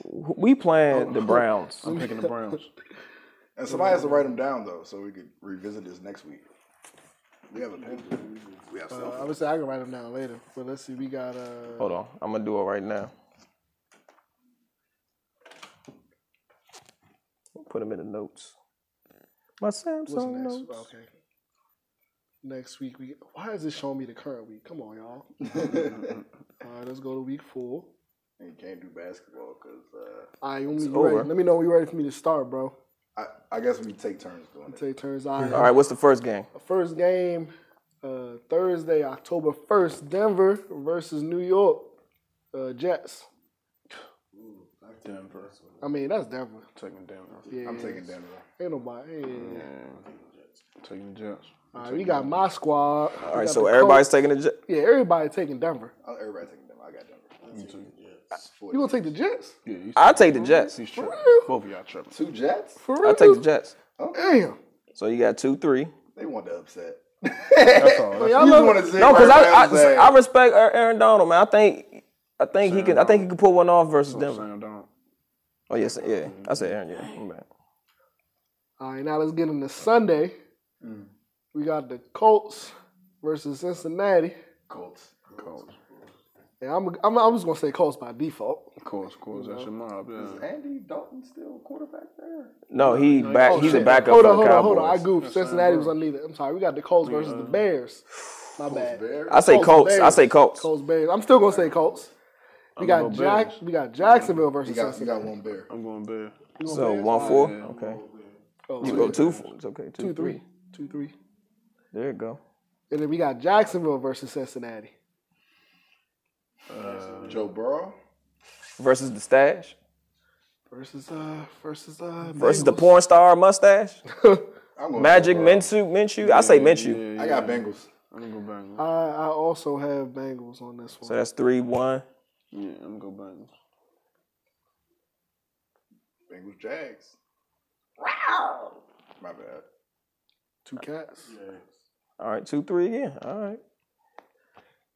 [SPEAKER 3] We playing the Browns.
[SPEAKER 6] I'm picking the Browns.
[SPEAKER 1] And somebody has to write them down though, so we could revisit this next week. We have a pen. We have
[SPEAKER 4] Uh, I
[SPEAKER 1] stuff.
[SPEAKER 4] would say I can write them down later, but let's see. We got uh,
[SPEAKER 3] Hold on, I'm gonna do it right now. Put them in the notes. My
[SPEAKER 4] what's
[SPEAKER 3] Samsung
[SPEAKER 4] next?
[SPEAKER 3] notes.
[SPEAKER 4] Okay. Next week we. Why is it showing me the current week? Come on, y'all. All right, let's go to week four.
[SPEAKER 1] and you can't do basketball because uh,
[SPEAKER 4] All right, when we
[SPEAKER 3] It's
[SPEAKER 4] ready.
[SPEAKER 3] over.
[SPEAKER 4] Let me know when you're ready for me to start, bro.
[SPEAKER 1] I, I guess we take turns doing it.
[SPEAKER 4] Take turns. All right.
[SPEAKER 3] All right, what's the first game?
[SPEAKER 4] First game, uh, Thursday, October first, Denver versus New York uh, Jets.
[SPEAKER 6] Denver.
[SPEAKER 4] I mean, that's Denver.
[SPEAKER 6] Taking Denver.
[SPEAKER 4] Yeah,
[SPEAKER 1] I'm taking Denver.
[SPEAKER 4] Ain't nobody. yeah.
[SPEAKER 6] Taking the Jets.
[SPEAKER 4] All right, we got my squad.
[SPEAKER 3] All right, so everybody's taking the. J-
[SPEAKER 4] yeah, everybody taking Denver.
[SPEAKER 1] Oh, Everybody taking Denver. I got Denver.
[SPEAKER 4] You gonna take the Jets?
[SPEAKER 6] Yeah, he's,
[SPEAKER 3] I take the Jets.
[SPEAKER 6] he's tripping. Both of y'all tripping.
[SPEAKER 1] Two Jets.
[SPEAKER 4] For real?
[SPEAKER 3] I take the Jets.
[SPEAKER 4] Damn.
[SPEAKER 3] So you got two, three.
[SPEAKER 1] They want the upset.
[SPEAKER 6] That's all. That's
[SPEAKER 4] Y'all
[SPEAKER 1] You
[SPEAKER 4] love
[SPEAKER 1] want to
[SPEAKER 3] No, because I, I I respect Aa- Aaron Donald, man. I think I think he can I think he can pull one off versus
[SPEAKER 6] what I'm
[SPEAKER 3] Denver.
[SPEAKER 6] saying. Don't.
[SPEAKER 3] Oh yes, yeah. I said Aaron. Yeah, my bad.
[SPEAKER 4] All right, now let's get into Sunday. We got the Colts versus Cincinnati.
[SPEAKER 1] Colts. Colts.
[SPEAKER 4] And I'm, I'm, I'm just gonna say Colts by default.
[SPEAKER 6] Of course, of course. That's your mob. Yeah.
[SPEAKER 1] Andy Dalton still quarterback there.
[SPEAKER 3] No, he back. He's a backup
[SPEAKER 4] Oh, Hold
[SPEAKER 3] for
[SPEAKER 4] on,
[SPEAKER 3] the
[SPEAKER 4] hold on, hold on. I
[SPEAKER 3] Cowboys.
[SPEAKER 4] goofed. Cincinnati was underneath it. I'm sorry. We got the Colts versus the Bears. My bad.
[SPEAKER 3] I uh, say Colts. I
[SPEAKER 4] Bears.
[SPEAKER 3] say Colts.
[SPEAKER 4] Colts Bears. I'm still gonna say Colts. We
[SPEAKER 6] gonna
[SPEAKER 4] got
[SPEAKER 6] go
[SPEAKER 4] Jack.
[SPEAKER 6] Bears.
[SPEAKER 4] We got Jacksonville
[SPEAKER 1] He
[SPEAKER 4] versus
[SPEAKER 1] got, he
[SPEAKER 4] Cincinnati.
[SPEAKER 1] got one bear.
[SPEAKER 6] I'm going Bears.
[SPEAKER 3] So one four. Okay.
[SPEAKER 4] Oh,
[SPEAKER 3] You
[SPEAKER 4] two,
[SPEAKER 3] go two. four. It's okay. Two,
[SPEAKER 4] two,
[SPEAKER 3] three.
[SPEAKER 4] three, two, three.
[SPEAKER 3] There you go.
[SPEAKER 4] And then we got Jacksonville versus Cincinnati.
[SPEAKER 1] Joe Burrow.
[SPEAKER 3] Versus the stash.
[SPEAKER 4] Versus uh versus uh
[SPEAKER 3] Versus the porn star mustache.
[SPEAKER 1] I'm going
[SPEAKER 3] Magic
[SPEAKER 1] Joe Burrow.
[SPEAKER 3] Minshew. Minshew. I say Minshew.
[SPEAKER 1] I got Bengals.
[SPEAKER 6] I'm going to go Bengals.
[SPEAKER 4] I, I also have Bengals on this one.
[SPEAKER 3] So that's three one.
[SPEAKER 6] Yeah, I'm going to go Bengals.
[SPEAKER 1] Bengals Jags. Wow. My bad.
[SPEAKER 4] Two cats.
[SPEAKER 3] All right. Two three again. All right.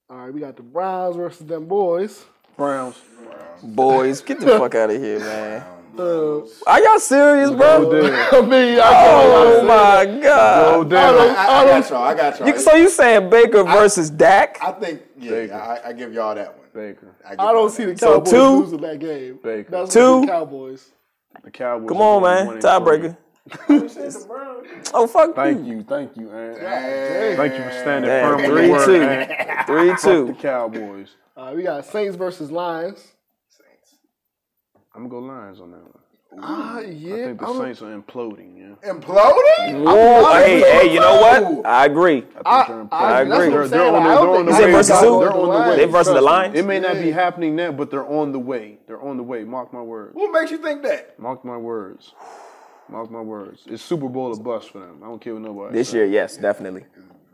[SPEAKER 4] All right, we got the Browns versus them boys.
[SPEAKER 6] Browns.
[SPEAKER 3] Boys, get the fuck out of here, man.
[SPEAKER 4] thugs.
[SPEAKER 3] Are y'all serious, bro?
[SPEAKER 4] Uh, I mean,
[SPEAKER 3] Oh
[SPEAKER 4] I
[SPEAKER 3] my god!
[SPEAKER 6] Oh damn!
[SPEAKER 1] I, I got y'all. I got y'all.
[SPEAKER 3] You- so you saying Baker versus Dak?
[SPEAKER 1] I think yeah, I, I give y'all that one.
[SPEAKER 6] Baker,
[SPEAKER 1] I, give
[SPEAKER 4] don't, I
[SPEAKER 1] y'all
[SPEAKER 4] don't
[SPEAKER 1] that.
[SPEAKER 4] see the
[SPEAKER 3] So
[SPEAKER 4] Cowboys
[SPEAKER 3] two?
[SPEAKER 4] losing that game.
[SPEAKER 6] Baker.
[SPEAKER 4] That's
[SPEAKER 3] Two?
[SPEAKER 4] two Cowboys.
[SPEAKER 6] the Cowboys.
[SPEAKER 3] Come on, man. Tiebreaker. oh fuck
[SPEAKER 6] Thank
[SPEAKER 3] you.
[SPEAKER 6] you, thank you, man.
[SPEAKER 1] Hey,
[SPEAKER 6] Thank you for standing
[SPEAKER 3] Damn,
[SPEAKER 6] firm with
[SPEAKER 3] three
[SPEAKER 6] the word,
[SPEAKER 3] two.
[SPEAKER 6] man.
[SPEAKER 3] Three
[SPEAKER 6] The
[SPEAKER 3] two.
[SPEAKER 6] Cowboys.
[SPEAKER 4] All right, we got Saints versus Lions.
[SPEAKER 6] I'm gonna go Lions on that one.
[SPEAKER 4] Ah,
[SPEAKER 6] I
[SPEAKER 4] yeah.
[SPEAKER 6] think the Saints are imploding. Yeah,
[SPEAKER 1] imploding.
[SPEAKER 3] Oh, hey, hey, you know what? I agree.
[SPEAKER 6] I, think
[SPEAKER 4] I,
[SPEAKER 6] they're imploding.
[SPEAKER 3] I agree.
[SPEAKER 4] That's what I'm
[SPEAKER 6] They're
[SPEAKER 4] saying.
[SPEAKER 6] on
[SPEAKER 4] I
[SPEAKER 6] the-
[SPEAKER 4] don't
[SPEAKER 6] they're on
[SPEAKER 4] think
[SPEAKER 6] the
[SPEAKER 3] You
[SPEAKER 6] way.
[SPEAKER 3] said versus
[SPEAKER 6] They're
[SPEAKER 3] who?
[SPEAKER 6] on the way.
[SPEAKER 3] They versus the
[SPEAKER 6] Trust me.
[SPEAKER 3] Lions?
[SPEAKER 6] It may not be happening now, but they're on the way. They're on the way. Mark my words.
[SPEAKER 1] What makes you think that?
[SPEAKER 6] Mark my words. Mark my words. It's Super Bowl a bust for them. I don't care what nobody.
[SPEAKER 3] This
[SPEAKER 6] say.
[SPEAKER 3] year, yes, definitely.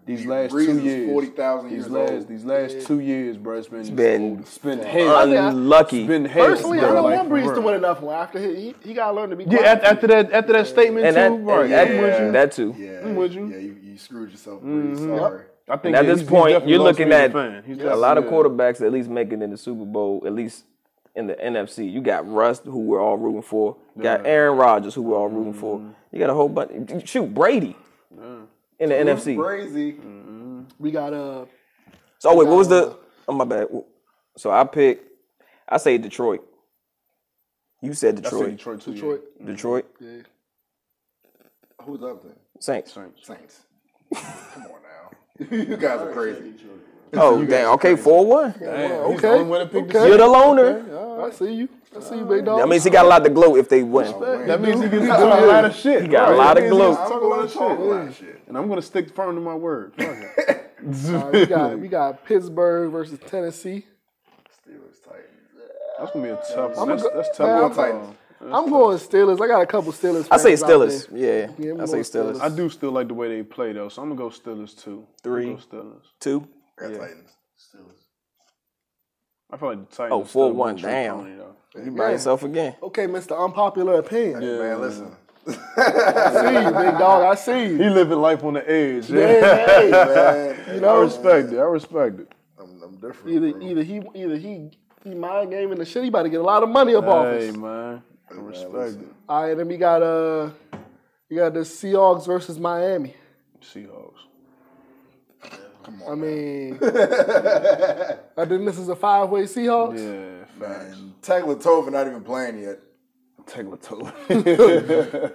[SPEAKER 6] these last
[SPEAKER 1] Breeze
[SPEAKER 6] two
[SPEAKER 1] is
[SPEAKER 6] years,
[SPEAKER 1] 40,000
[SPEAKER 6] these
[SPEAKER 1] years
[SPEAKER 6] last,
[SPEAKER 1] old.
[SPEAKER 6] These last two years, bro, it's been it's
[SPEAKER 3] been
[SPEAKER 6] it's been hell.
[SPEAKER 3] Unlucky.
[SPEAKER 6] It's been hell.
[SPEAKER 4] Personally,
[SPEAKER 6] bro,
[SPEAKER 4] I don't
[SPEAKER 6] like,
[SPEAKER 4] want Breeze
[SPEAKER 6] for
[SPEAKER 4] to
[SPEAKER 6] real.
[SPEAKER 4] win enough one. After he, he, he got to learn to be
[SPEAKER 6] Yeah,
[SPEAKER 4] quiet.
[SPEAKER 6] at- after that, after that statement
[SPEAKER 3] And
[SPEAKER 6] too,
[SPEAKER 3] that,
[SPEAKER 6] right?
[SPEAKER 3] and that,
[SPEAKER 6] I'm with you.
[SPEAKER 3] that too.
[SPEAKER 1] Yeah,
[SPEAKER 6] with you.
[SPEAKER 1] yeah, you, you screwed yourself. Breeze. Sorry.
[SPEAKER 6] I
[SPEAKER 3] And
[SPEAKER 6] think
[SPEAKER 3] at
[SPEAKER 6] he's-
[SPEAKER 3] this
[SPEAKER 6] he's
[SPEAKER 3] point,
[SPEAKER 6] definitely
[SPEAKER 3] you're
[SPEAKER 6] lost me
[SPEAKER 3] looking
[SPEAKER 6] as
[SPEAKER 3] at
[SPEAKER 6] fan. He's
[SPEAKER 3] a
[SPEAKER 6] lost
[SPEAKER 3] lot
[SPEAKER 6] me
[SPEAKER 3] of
[SPEAKER 6] as-
[SPEAKER 3] quarterbacks at least making it in the Super Bowl, at least in the NFC. You got Rust, who we're all rooting for. You got Aaron Rodgers, who we're all rooting
[SPEAKER 6] Mm-hmm.
[SPEAKER 3] for. You got a whole bunch. Shoot, Brady in the NFC.
[SPEAKER 1] Crazy.
[SPEAKER 4] we got uh,
[SPEAKER 3] So wait, what was the? Oh my bad. So I pick. I say Detroit. You said
[SPEAKER 6] I said
[SPEAKER 3] Detroit.
[SPEAKER 6] Detroit Mm-hmm. too.
[SPEAKER 4] Detroit.
[SPEAKER 3] Detroit
[SPEAKER 1] Who's up there?
[SPEAKER 3] Saints.
[SPEAKER 1] Saints. Come on now. you guys are crazy.
[SPEAKER 3] Oh damn. Okay, four one.
[SPEAKER 6] Yeah. Damn, he's the
[SPEAKER 4] Okay.
[SPEAKER 6] only one that picked the
[SPEAKER 3] You're the loner.
[SPEAKER 4] I see you. I see you, big dog.
[SPEAKER 3] That means he got a lot to glow if they win.
[SPEAKER 6] That means he gets to do a lot of shit. He
[SPEAKER 3] got a lot of glow.
[SPEAKER 1] I'm going to talk a lot of shit.
[SPEAKER 6] And I'm gonna stick firm to my word. Fuck it.
[SPEAKER 4] All right, we got we got Pittsburgh versus Tennessee.
[SPEAKER 1] Steelers, Titans.
[SPEAKER 6] That's gonna be a tough one.
[SPEAKER 4] I'ma
[SPEAKER 6] That's,
[SPEAKER 4] go-
[SPEAKER 6] that's
[SPEAKER 4] man,
[SPEAKER 6] tough one.
[SPEAKER 1] I'm-
[SPEAKER 6] Titans.
[SPEAKER 4] I'm going Steelers. I got a couple Steelers.
[SPEAKER 3] I say
[SPEAKER 4] fans out
[SPEAKER 3] Steelers.
[SPEAKER 4] there. Yeah,
[SPEAKER 3] Yeah,
[SPEAKER 4] I'm
[SPEAKER 3] I say
[SPEAKER 4] going
[SPEAKER 3] Steelers.
[SPEAKER 6] I do still like the way they play though, so I'm gonna go Steelers too.
[SPEAKER 3] Three.
[SPEAKER 6] I'm gonna go Steelers.
[SPEAKER 3] Two.
[SPEAKER 1] I got Titans.
[SPEAKER 6] I feel like the Titans.
[SPEAKER 3] Oh,
[SPEAKER 6] are still
[SPEAKER 3] 4-1,
[SPEAKER 6] my true
[SPEAKER 3] damn.
[SPEAKER 6] pony, though.
[SPEAKER 3] You by yourself again.
[SPEAKER 4] Okay, Mr. Unpopular Opinion.
[SPEAKER 1] Hey, man, listen.
[SPEAKER 4] I see you, big dog. I see you.
[SPEAKER 6] He living life on the edge. Yeah.
[SPEAKER 4] Hey, hey.
[SPEAKER 1] Man,
[SPEAKER 4] You
[SPEAKER 6] I
[SPEAKER 4] know,
[SPEAKER 6] respect it. I respect it.
[SPEAKER 1] I'm, I'm different.
[SPEAKER 4] either
[SPEAKER 1] bro.
[SPEAKER 4] either he either he he mind gaming the shit. He about to get a lot of money up off
[SPEAKER 6] Hey
[SPEAKER 4] us.
[SPEAKER 6] man, I respect
[SPEAKER 1] listen.
[SPEAKER 4] All right, then we got uh, we got the Seahawks versus Miami.
[SPEAKER 6] it. Seahawks.
[SPEAKER 4] I mean, I think this is a five way Seahawks.
[SPEAKER 6] Yeah, facts.
[SPEAKER 1] And Tagler Tova not even playing yet.
[SPEAKER 6] Taylor Toll.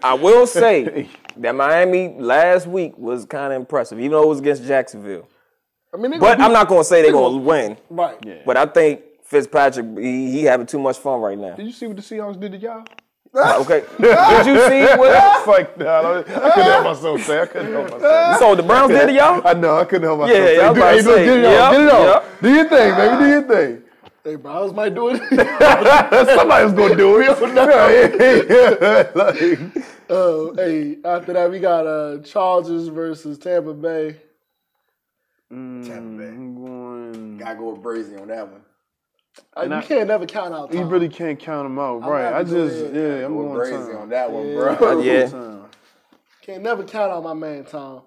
[SPEAKER 3] I will say that Miami last week was kind of impressive, even though it was against Jacksonville.
[SPEAKER 4] I mean, they
[SPEAKER 3] But
[SPEAKER 4] gonna
[SPEAKER 3] I'm not gonna say they're gonna win.
[SPEAKER 4] be- right.
[SPEAKER 3] But I think Fitzpatrick, he, he having too much fun right now.
[SPEAKER 6] Did you see what the Seahawks did to y'all?
[SPEAKER 3] Okay, did you see what?
[SPEAKER 6] Fuck no, I, don't- I couldn't help myself. Say I couldn't help myself.
[SPEAKER 3] So the Browns did to y'all.
[SPEAKER 6] I know I couldn't help myself.
[SPEAKER 3] Yeah,
[SPEAKER 6] say,
[SPEAKER 3] I was
[SPEAKER 6] do,
[SPEAKER 3] about
[SPEAKER 6] hey,
[SPEAKER 3] to
[SPEAKER 6] look,
[SPEAKER 3] say,
[SPEAKER 6] get it off,
[SPEAKER 3] yep,
[SPEAKER 6] get it off. Do your thing, baby. Do your thing.
[SPEAKER 4] Hey, Browns might do it.
[SPEAKER 6] Somebody was gonna do it. Yeah, yeah, yeah. Like,
[SPEAKER 4] Uh, hey, after that we got uh Chargers versus Tampa Bay.
[SPEAKER 1] Tampa Bay.
[SPEAKER 6] I'm going-
[SPEAKER 1] Gotta go with Brazy on that one.
[SPEAKER 4] Uh, you
[SPEAKER 6] I-
[SPEAKER 4] can't never count out.
[SPEAKER 6] You
[SPEAKER 4] Tom.
[SPEAKER 6] really can't count them out, right?
[SPEAKER 4] about
[SPEAKER 6] I
[SPEAKER 4] to go
[SPEAKER 6] just,
[SPEAKER 4] ahead.
[SPEAKER 6] yeah, I'm
[SPEAKER 1] Go with
[SPEAKER 6] going
[SPEAKER 1] Brazy on
[SPEAKER 6] time.
[SPEAKER 1] that one, bro.
[SPEAKER 3] Yeah,
[SPEAKER 6] Time.
[SPEAKER 4] can't never count out my man Tom.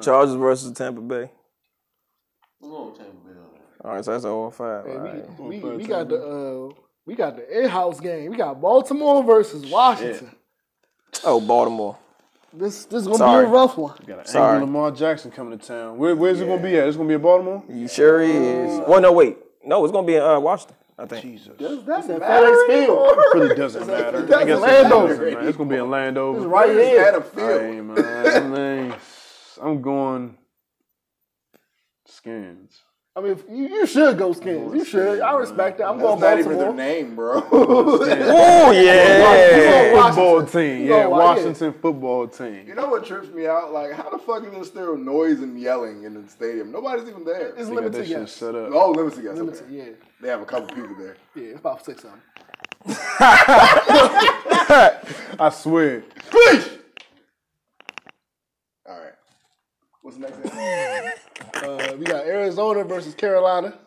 [SPEAKER 3] Chargers versus Tampa Bay.
[SPEAKER 5] I'm going Tampa Bay. on that.
[SPEAKER 3] All right, so that's all five. All right.
[SPEAKER 4] We, we got the uh, we got the in-house game. We got Baltimore versus Washington.
[SPEAKER 3] Oh, Baltimore.
[SPEAKER 4] This this is gonna
[SPEAKER 3] Sorry.
[SPEAKER 4] be a rough one.
[SPEAKER 6] Got an
[SPEAKER 3] Sorry.
[SPEAKER 6] angry Lamar Jackson coming to town. Where, where's it gonna be at? It's gonna be in Baltimore.
[SPEAKER 3] You sure is.
[SPEAKER 4] Oh.
[SPEAKER 3] Well, no, wait. No, it's gonna be in uh, Washington. I think.
[SPEAKER 6] Jesus,
[SPEAKER 4] That's at FedEx Field.
[SPEAKER 6] it really doesn't matter. I guess it
[SPEAKER 4] Landover.
[SPEAKER 6] doesn't, man. It's gonna be in Landover.
[SPEAKER 4] Right here.
[SPEAKER 1] Adam Field.
[SPEAKER 6] Hey man, I mean, I'm going skins.
[SPEAKER 4] I mean, you, you should go Skins. You should. I respect that. I'm
[SPEAKER 1] That's
[SPEAKER 4] going
[SPEAKER 1] not even their
[SPEAKER 4] Baltimore.
[SPEAKER 1] name, bro.
[SPEAKER 3] Oh
[SPEAKER 4] Washington.
[SPEAKER 3] yeah.
[SPEAKER 6] Football team, yeah,
[SPEAKER 4] Oh, wow, yeah.
[SPEAKER 6] Washington football team.
[SPEAKER 1] you know what trips me out? Like, how the fuck is there still noise and yelling in the stadium? Nobody's even there.
[SPEAKER 4] It's
[SPEAKER 6] They got that
[SPEAKER 4] limited,
[SPEAKER 6] shit
[SPEAKER 4] yes.
[SPEAKER 6] set up.
[SPEAKER 1] Oh, limited guys.
[SPEAKER 4] Limited,
[SPEAKER 1] Okay.
[SPEAKER 4] yeah.
[SPEAKER 1] They have a couple people there.
[SPEAKER 4] Yeah, it's about six of them. Oh.
[SPEAKER 6] I swear.
[SPEAKER 1] All right. What's the next? thing?
[SPEAKER 4] Uh, we got Arizona versus Carolina.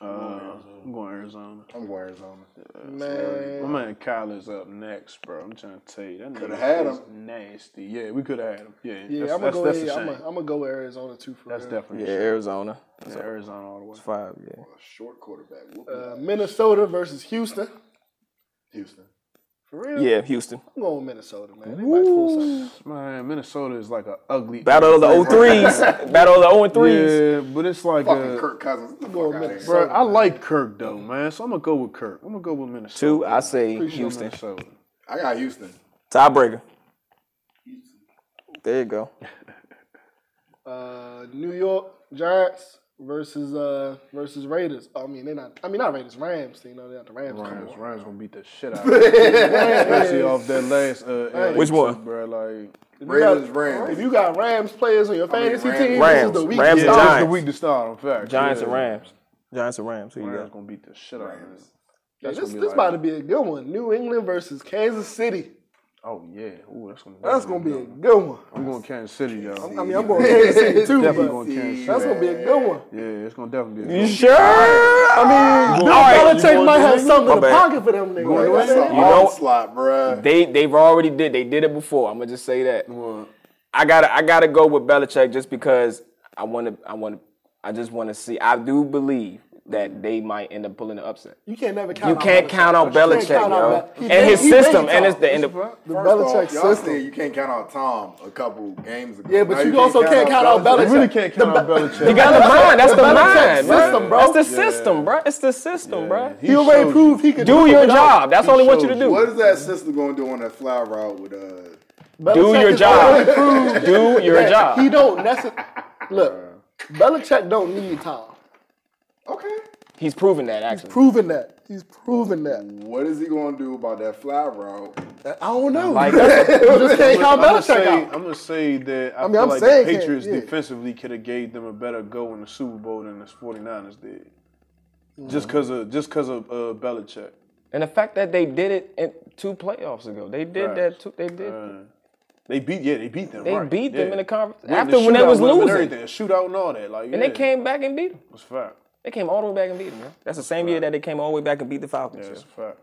[SPEAKER 3] Oh,
[SPEAKER 6] Uh, I'm going Arizona.
[SPEAKER 1] I'm going Arizona.
[SPEAKER 4] Man.
[SPEAKER 6] My man Kyle is up next, bro. I'm trying to tell you that nigga
[SPEAKER 1] had
[SPEAKER 6] is
[SPEAKER 1] him.
[SPEAKER 6] nasty. Yeah, we could have had him. Yeah,
[SPEAKER 4] Yeah,
[SPEAKER 6] that's,
[SPEAKER 4] I'm gonna
[SPEAKER 6] that's,
[SPEAKER 4] go.
[SPEAKER 6] that's
[SPEAKER 4] ahead.
[SPEAKER 6] a
[SPEAKER 4] I'm
[SPEAKER 6] shame.
[SPEAKER 4] gonna I'm gonna go with Arizona too for
[SPEAKER 6] that's
[SPEAKER 4] real.
[SPEAKER 6] definitely
[SPEAKER 3] Yeah,
[SPEAKER 6] a shame.
[SPEAKER 3] Arizona.
[SPEAKER 6] It's Arizona all the way.
[SPEAKER 3] Five. Yeah.
[SPEAKER 1] Short quarterback. Whoop.
[SPEAKER 4] Uh, Minnesota versus Houston.
[SPEAKER 1] Houston.
[SPEAKER 4] For real?
[SPEAKER 3] Yeah, Houston.
[SPEAKER 4] I'm going with Minnesota, man. They might pull something.
[SPEAKER 6] Man, Minnesota is like an ugly
[SPEAKER 3] Battle of the 03s. Battle of the 0 and 3s.
[SPEAKER 6] Yeah, but it's like
[SPEAKER 1] Fucking
[SPEAKER 6] uh,
[SPEAKER 1] Kirk Cousins. Get the fuck out of here.
[SPEAKER 6] Bro, I like Kirk though, man. So I'm gonna go with Kirk. I'm gonna go with Minnesota.
[SPEAKER 3] Two, I say
[SPEAKER 6] Appreciate
[SPEAKER 3] Houston.
[SPEAKER 6] Minnesota.
[SPEAKER 1] I got Houston.
[SPEAKER 3] Tiebreaker. There you go.
[SPEAKER 4] Uh, New York Giants versus uh versus Raiders. Oh, I mean, they're not. I mean, not Raiders. Rams. You know, they're not the Rams. Come
[SPEAKER 6] Rams,
[SPEAKER 4] on.
[SPEAKER 6] Rams gonna beat the shit out of them. Especially off that last. Uh, LA
[SPEAKER 3] Which one?
[SPEAKER 6] took, bro? Like
[SPEAKER 4] If you got-
[SPEAKER 1] Raiders, Rams.
[SPEAKER 4] If you got Rams players on your fantasy
[SPEAKER 1] Rams.
[SPEAKER 4] team,
[SPEAKER 3] Rams.
[SPEAKER 4] this is the week.
[SPEAKER 3] Rams
[SPEAKER 4] to
[SPEAKER 6] that
[SPEAKER 3] and
[SPEAKER 4] stop.
[SPEAKER 6] was
[SPEAKER 3] Giants.
[SPEAKER 6] the week to start. In fact,
[SPEAKER 3] Giants
[SPEAKER 6] yeah.
[SPEAKER 3] and Rams. Giants and Rams. Who you
[SPEAKER 6] Rams
[SPEAKER 3] got?
[SPEAKER 6] gonna beat the shit out of them.
[SPEAKER 4] Yeah,
[SPEAKER 6] That's
[SPEAKER 4] this
[SPEAKER 6] gonna
[SPEAKER 4] this
[SPEAKER 6] be
[SPEAKER 4] about
[SPEAKER 6] like-
[SPEAKER 4] to be a good one. New England versus Kansas City.
[SPEAKER 6] Oh yeah, ooh, that's gonna.
[SPEAKER 4] That's gonna be a good one.
[SPEAKER 6] I'm going Kansas City though.
[SPEAKER 4] I mean, I'm going Kansas City too.
[SPEAKER 6] definitely
[SPEAKER 4] but
[SPEAKER 6] going Kansas City.
[SPEAKER 4] That's gonna be a good one.
[SPEAKER 6] Yeah, it's gonna definitely be. A
[SPEAKER 3] You
[SPEAKER 6] good
[SPEAKER 3] sure? I mean,
[SPEAKER 4] Bill Belichick might have something in the pocket for them niggas. You know what I'm
[SPEAKER 1] That's
[SPEAKER 4] saying?
[SPEAKER 1] an
[SPEAKER 3] You know-
[SPEAKER 1] onslaught, bruh.
[SPEAKER 3] They they've already did. They did it before. I'm gonna just say that.
[SPEAKER 6] one.
[SPEAKER 3] I gotta I gotta go with Belichick just because I wanna I wanna I just wanna see. I do believe that they might end up pulling the upset.
[SPEAKER 4] You can't never count.
[SPEAKER 3] You
[SPEAKER 4] on
[SPEAKER 3] can't
[SPEAKER 4] Belichick.
[SPEAKER 3] count on
[SPEAKER 4] You can't
[SPEAKER 3] Belichick,
[SPEAKER 4] count on
[SPEAKER 3] yo,
[SPEAKER 4] Bel- he
[SPEAKER 3] and his
[SPEAKER 4] been- he been
[SPEAKER 3] system, and
[SPEAKER 4] top.
[SPEAKER 3] it's the end of.
[SPEAKER 4] the
[SPEAKER 1] First off,
[SPEAKER 4] Belichick
[SPEAKER 1] y'all said
[SPEAKER 4] system.
[SPEAKER 1] you can't count on Tom a couple games ago.
[SPEAKER 4] Yeah,
[SPEAKER 1] Now
[SPEAKER 4] but you also can't count on
[SPEAKER 6] You
[SPEAKER 4] Belichick.
[SPEAKER 6] really can't count on Belichick.
[SPEAKER 3] You got the mind. That's the, mind,
[SPEAKER 4] Belichick
[SPEAKER 3] bro.
[SPEAKER 4] system, bro.
[SPEAKER 3] That's the system, bro. It's the system, bro.
[SPEAKER 6] He
[SPEAKER 4] He already
[SPEAKER 6] showed
[SPEAKER 4] proved he could
[SPEAKER 3] Do
[SPEAKER 4] it
[SPEAKER 3] your
[SPEAKER 4] without-
[SPEAKER 3] job. That's
[SPEAKER 6] He
[SPEAKER 3] all he wants you
[SPEAKER 6] showed
[SPEAKER 3] to
[SPEAKER 6] you.
[SPEAKER 3] do.
[SPEAKER 1] What is that sister going to do on that fly route with uh?
[SPEAKER 3] Do
[SPEAKER 4] Belichick
[SPEAKER 3] your
[SPEAKER 4] is
[SPEAKER 3] job.
[SPEAKER 4] already proved
[SPEAKER 3] Do your
[SPEAKER 4] that He
[SPEAKER 3] job.
[SPEAKER 4] don't necessarily look. Belichick don't need Tom.
[SPEAKER 1] Okay.
[SPEAKER 3] He's proven that
[SPEAKER 4] He's
[SPEAKER 3] actually.
[SPEAKER 4] proven that. He's proven that. Uh,
[SPEAKER 1] What is he going to do about that fly route?
[SPEAKER 4] I don't know.
[SPEAKER 3] Like
[SPEAKER 4] you just can't count
[SPEAKER 6] I'm gonna,
[SPEAKER 4] Belichick
[SPEAKER 6] say,
[SPEAKER 4] out.
[SPEAKER 6] I'm gonna say that I,
[SPEAKER 4] mean,
[SPEAKER 6] feel
[SPEAKER 4] I'm
[SPEAKER 6] like
[SPEAKER 4] saying
[SPEAKER 6] the
[SPEAKER 4] can't-
[SPEAKER 6] Patriots
[SPEAKER 4] yeah.
[SPEAKER 6] defensively could have gave them a better go in the Super Bowl than the 49ers did. Just because of just because of uh, Belichick.
[SPEAKER 3] And the fact that they did it in two playoffs ago, they did
[SPEAKER 6] Right.
[SPEAKER 3] that. Two, they did.
[SPEAKER 6] Uh, they beat yeah they beat them.
[SPEAKER 3] They
[SPEAKER 6] right,
[SPEAKER 3] beat them
[SPEAKER 6] yeah.
[SPEAKER 3] in the conference
[SPEAKER 6] Went in
[SPEAKER 3] after when they
[SPEAKER 6] shootout
[SPEAKER 3] was
[SPEAKER 6] with them and
[SPEAKER 3] losing,
[SPEAKER 6] everything, a shootout and all that. Like
[SPEAKER 3] and
[SPEAKER 6] yeah,
[SPEAKER 3] they came back and beat them.
[SPEAKER 6] It's a fact.
[SPEAKER 3] They came all the way back and beat them. Man. That's the same year that they came all the way back and beat the Falcons.
[SPEAKER 6] It's
[SPEAKER 3] yo.
[SPEAKER 6] a fact.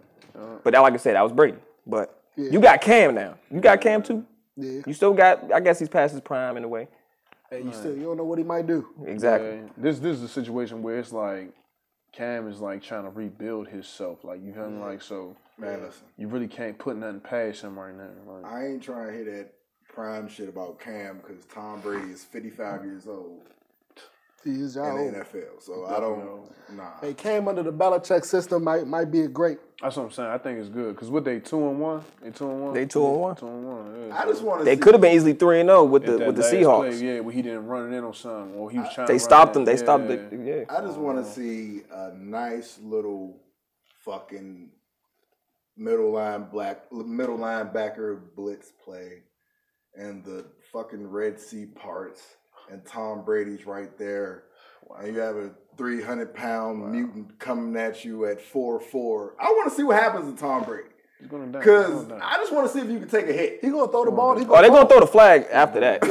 [SPEAKER 3] But that, like I said, that was Brady. But you got Cam now. You got Cam too.
[SPEAKER 4] Yeah.
[SPEAKER 3] You still got. I guess he's past his prime in a way.
[SPEAKER 4] Hey, you still you don't know what he might do.
[SPEAKER 3] Exactly.
[SPEAKER 6] Okay. This this is a situation where it's like Cam is like trying to rebuild himself. Like you feel me? Like so
[SPEAKER 1] Man, listen,
[SPEAKER 6] you really can't put nothing past him right now. Like
[SPEAKER 1] I ain't trying to hear that prime shit about Cam because Tom Brady is 55 years old
[SPEAKER 4] See his
[SPEAKER 1] in
[SPEAKER 4] job.
[SPEAKER 1] the NFL. So I don't. Nah.
[SPEAKER 4] They came under the Belichick system. Might might be a great.
[SPEAKER 6] That's what I'm saying. I think it's good because what they two and one, they two and one,
[SPEAKER 3] They two and one.
[SPEAKER 6] two and one. Yeah.
[SPEAKER 1] I just want to.
[SPEAKER 3] They
[SPEAKER 1] see,
[SPEAKER 3] could have been easily three and zero with the
[SPEAKER 6] That
[SPEAKER 3] with the
[SPEAKER 6] last
[SPEAKER 3] Seahawks.
[SPEAKER 6] play, yeah, when he didn't run it in on something, or he was trying. to
[SPEAKER 3] They
[SPEAKER 6] run
[SPEAKER 3] stopped
[SPEAKER 6] it.
[SPEAKER 3] him. They
[SPEAKER 6] Yeah.
[SPEAKER 3] stopped it. Yeah.
[SPEAKER 1] I
[SPEAKER 4] Oh,
[SPEAKER 1] just want to see a nice little fucking middle line black middle linebacker blitz play, and the fucking Red Sea parts, and Tom Brady's right there, and you have a three hundred pound mutant coming at you at four four. I want to see what happens to Tom Brady
[SPEAKER 6] He's gonna die. He's
[SPEAKER 1] because
[SPEAKER 6] gonna die.
[SPEAKER 1] I just want to see if you can take a hit.
[SPEAKER 4] He gonna throw the ball. He
[SPEAKER 3] Oh,
[SPEAKER 4] gonna,
[SPEAKER 3] they're gonna throw the flag after that.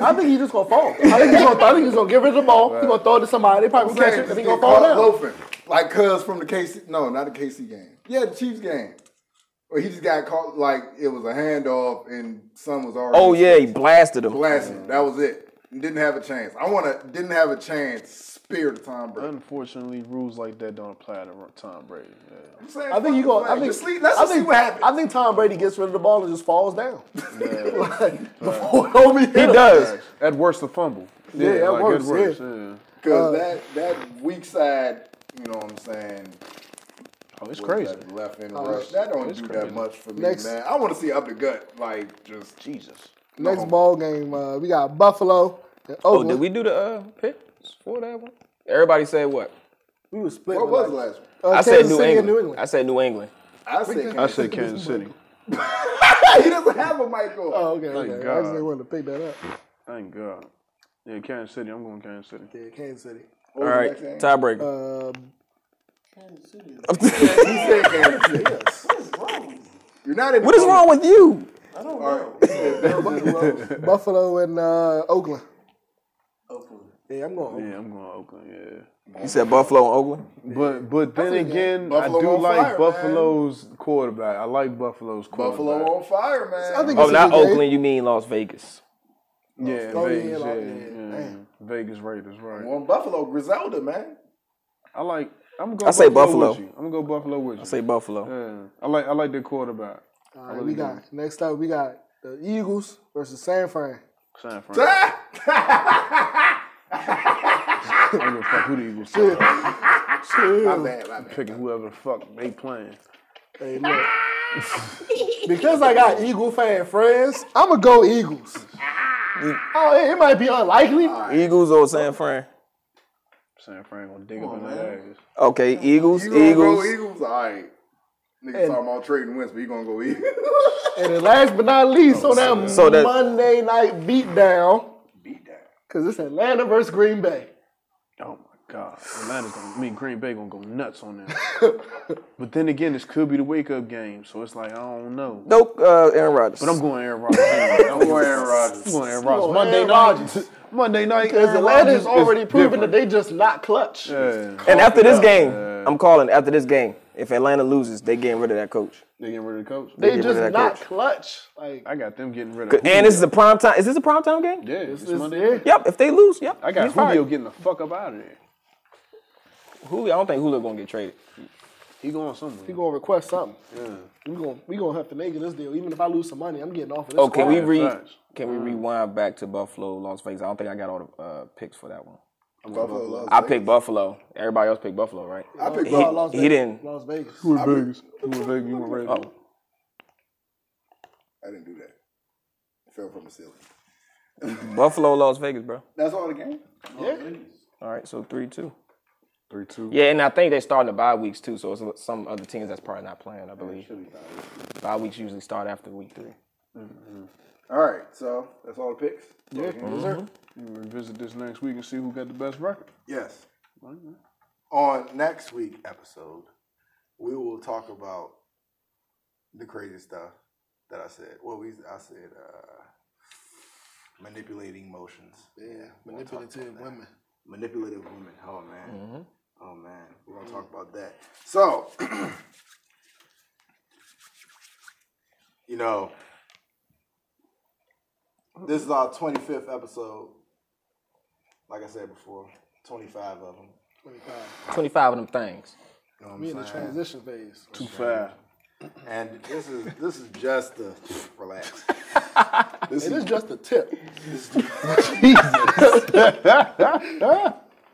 [SPEAKER 4] I think he just gonna fall. I think he's gonna. I think he's gonna get rid of the ball. He gonna throw it to somebody. They probably catch it.
[SPEAKER 1] Saying,
[SPEAKER 4] and
[SPEAKER 1] just
[SPEAKER 4] He
[SPEAKER 1] get
[SPEAKER 4] gonna fall
[SPEAKER 1] caught
[SPEAKER 4] down.
[SPEAKER 1] Uh, loafing. Like cuz from the KC no, not the KC game. Yeah, the Chiefs game. Where he just got caught like it was a handoff and son was already
[SPEAKER 3] Oh yeah, he blasted him.
[SPEAKER 1] blasted. That was it. Didn't have a chance. I wanna didn't have a chance spear to Tom Brady.
[SPEAKER 6] Unfortunately, rules like that don't apply to Tom Brady. Yeah.
[SPEAKER 1] I'm saying,
[SPEAKER 4] I think you
[SPEAKER 1] fuck the
[SPEAKER 4] gonna. I
[SPEAKER 1] flag.
[SPEAKER 4] think.
[SPEAKER 1] Just see- let's
[SPEAKER 4] I
[SPEAKER 1] just
[SPEAKER 4] think,
[SPEAKER 1] see what happens.
[SPEAKER 4] I think Tom Brady gets rid of the ball and just falls down. like, before homie hit
[SPEAKER 3] He
[SPEAKER 4] him.
[SPEAKER 3] does.
[SPEAKER 6] At worst, the fumble.
[SPEAKER 4] Yeah, at worst,
[SPEAKER 6] yeah.
[SPEAKER 4] uh,
[SPEAKER 1] Cause that that weak side, you know what I'm saying,
[SPEAKER 6] Oh, it's
[SPEAKER 1] was
[SPEAKER 6] crazy.
[SPEAKER 1] that left and rush. That don't do that much for me,
[SPEAKER 4] Oh, Next-
[SPEAKER 1] man. I wanna see up the gut, like just Jesus.
[SPEAKER 4] Next ball game, uh, we got Buffalo. And
[SPEAKER 3] Oh,
[SPEAKER 4] Oakland.
[SPEAKER 3] did we do the uh, picks for that one? Everybody said what?
[SPEAKER 4] We was split.
[SPEAKER 1] What was the last one?
[SPEAKER 4] Uh,
[SPEAKER 3] I
[SPEAKER 4] Kansas
[SPEAKER 3] said New
[SPEAKER 4] City and
[SPEAKER 3] England.
[SPEAKER 4] New England.
[SPEAKER 3] I said New England.
[SPEAKER 1] I said
[SPEAKER 6] I
[SPEAKER 1] Kansas
[SPEAKER 6] say Kansas City.
[SPEAKER 1] he doesn't have a mic on.
[SPEAKER 4] Oh, okay. okay. I
[SPEAKER 6] God.
[SPEAKER 4] just didn't want to pick that up.
[SPEAKER 6] Thank God. Yeah, Kansas City. I'm going Kansas City.
[SPEAKER 4] Yeah, Kansas City.
[SPEAKER 3] All right, tiebreaker.
[SPEAKER 4] Um,
[SPEAKER 1] Uh, You're not in.
[SPEAKER 3] What is wrong with you?
[SPEAKER 4] Buffalo and uh, Oakland.
[SPEAKER 5] Oakland.
[SPEAKER 4] Yeah, I'm going.
[SPEAKER 6] Yeah, I'm going Oakland. Yeah.
[SPEAKER 3] You said Buffalo and Oakland.
[SPEAKER 6] But but then again,
[SPEAKER 1] Buffalo
[SPEAKER 6] I do
[SPEAKER 1] on
[SPEAKER 6] like
[SPEAKER 1] fire, man.
[SPEAKER 6] Buffalo's quarterback. I like Buffalo's quarterback.
[SPEAKER 1] Buffalo on fire, man.
[SPEAKER 4] I think
[SPEAKER 3] Oh,
[SPEAKER 4] it's a
[SPEAKER 3] not
[SPEAKER 4] good game.
[SPEAKER 3] Oakland. You mean Las Vegas?
[SPEAKER 6] Yeah,
[SPEAKER 4] Oh, yeah,
[SPEAKER 6] Vegas,
[SPEAKER 4] like-
[SPEAKER 6] yeah,
[SPEAKER 4] yeah,
[SPEAKER 6] yeah. Vegas Raiders, right?
[SPEAKER 1] on Buffalo, Griselda, man.
[SPEAKER 6] I like I'm gonna go
[SPEAKER 3] I say Buffalo.
[SPEAKER 6] with you. I'm gonna go Buffalo with you.
[SPEAKER 3] I say Buffalo.
[SPEAKER 6] yeah. I like I like their quarterback.
[SPEAKER 4] All right, we got next up. We got the Eagles versus San Fran.
[SPEAKER 6] San Fran. I don't give a fuck who the Eagles
[SPEAKER 1] My
[SPEAKER 6] are.
[SPEAKER 1] bad, my bad.
[SPEAKER 6] Picking whoever the fuck they playing.
[SPEAKER 4] Hey, look. because I got Eagle fan friends, I'm gonna go Eagles. Oh, it, it might be unlikely.
[SPEAKER 3] Eagles or San Fran?
[SPEAKER 6] San Fran gonna dig up in their ass.
[SPEAKER 3] Okay, Eagles,
[SPEAKER 1] You gonna
[SPEAKER 3] Eagles.
[SPEAKER 1] go Eagles? All right. Nigga talking about trading wins, but you gonna go Eagles.
[SPEAKER 4] And then last but not least, on that
[SPEAKER 3] so that-
[SPEAKER 4] Monday night beatdown,
[SPEAKER 1] Beat that.
[SPEAKER 4] because it's Atlanta versus Green Bay.
[SPEAKER 6] Oh my God, Atlanta's gonna, I mean Green Bay gonna go nuts on that. but then again, this could be the wake up game, so it's like I don't know.
[SPEAKER 3] Nope, uh, Aaron Rodgers.
[SPEAKER 6] But I'm going Aaron Rodgers. anyway. I'm
[SPEAKER 1] Don't worry, Rodgers.
[SPEAKER 6] going Aaron Rodgers.
[SPEAKER 4] Aaron
[SPEAKER 6] Monday
[SPEAKER 4] Rodgers.
[SPEAKER 6] night. Monday night.
[SPEAKER 4] Because
[SPEAKER 6] Aaron
[SPEAKER 4] Atlanta's
[SPEAKER 6] Rodgers is
[SPEAKER 4] already proven that
[SPEAKER 6] different.
[SPEAKER 4] they just not clutch.
[SPEAKER 6] Yeah.
[SPEAKER 3] and after this game, I'm calling. After this game, if Atlanta loses, they getting rid of that coach.
[SPEAKER 6] They getting rid of the coach.
[SPEAKER 4] They
[SPEAKER 3] get rid of
[SPEAKER 4] just
[SPEAKER 3] that
[SPEAKER 4] not
[SPEAKER 3] coach.
[SPEAKER 4] clutch. Like
[SPEAKER 6] I got them getting rid of.
[SPEAKER 3] Good. And this is a prime time. Is this a prime time game?
[SPEAKER 6] yeah, it's
[SPEAKER 4] this-
[SPEAKER 6] Monday.
[SPEAKER 4] yeah.
[SPEAKER 6] night.
[SPEAKER 3] Yep. If they lose, yep.
[SPEAKER 6] I got
[SPEAKER 3] he's
[SPEAKER 6] Julio
[SPEAKER 3] fired.
[SPEAKER 6] getting the fuck up out of there.
[SPEAKER 3] Julio, I don't think Julio gonna get traded.
[SPEAKER 6] He going somewhere.
[SPEAKER 4] you gonna request something. We gonna we gonna have to nigga this deal. Even if I lose some money, I'm getting off of this.
[SPEAKER 3] Oh, can
[SPEAKER 4] squad.
[SPEAKER 3] we re
[SPEAKER 6] facts. Mm-hmm.
[SPEAKER 3] can we rewind back to Buffalo, Las Vegas? I don't think I got all the uh, picks for that one.
[SPEAKER 1] Buffalo loves
[SPEAKER 3] I
[SPEAKER 1] Vegas.
[SPEAKER 3] picked Buffalo. Everybody else picked Buffalo, right?
[SPEAKER 1] I picked
[SPEAKER 4] Oh,
[SPEAKER 1] Buffalo.
[SPEAKER 4] Las
[SPEAKER 3] he
[SPEAKER 4] Vegas.
[SPEAKER 3] didn't.
[SPEAKER 4] Las Vegas.
[SPEAKER 6] You were Vegas. You were Vegas. You were Vegas.
[SPEAKER 3] Oh,
[SPEAKER 1] I didn't do that. It fell from the ceiling.
[SPEAKER 3] Buffalo, Las Vegas, bro.
[SPEAKER 1] That's all the game.
[SPEAKER 3] All right, so three two.
[SPEAKER 6] Three two.
[SPEAKER 3] Yeah, and I think they're starting to bye weeks too. So it's some other teams that's probably not playing. I believe bye weeks usually start after week three.
[SPEAKER 1] All right, so that's all the picks. Yeah.
[SPEAKER 6] We revisit this next week and see who got the best record.
[SPEAKER 1] Yes. On next week episode, we will talk about the crazy stuff that I said. Well, we I said uh, manipulating emotions. Yeah,
[SPEAKER 4] Manipulative women. Mm-hmm.
[SPEAKER 1] manipulative women. Oh man. Oh man. We're gonna talk about that. So you know this is our 25th episode. Like I said before, 25 of them.
[SPEAKER 3] Twenty five of them things.
[SPEAKER 1] You know what I'm
[SPEAKER 4] We in the
[SPEAKER 1] saying?
[SPEAKER 4] transition phase.
[SPEAKER 6] Too fast.
[SPEAKER 1] And this is this is just the relax.
[SPEAKER 4] It is just a tip.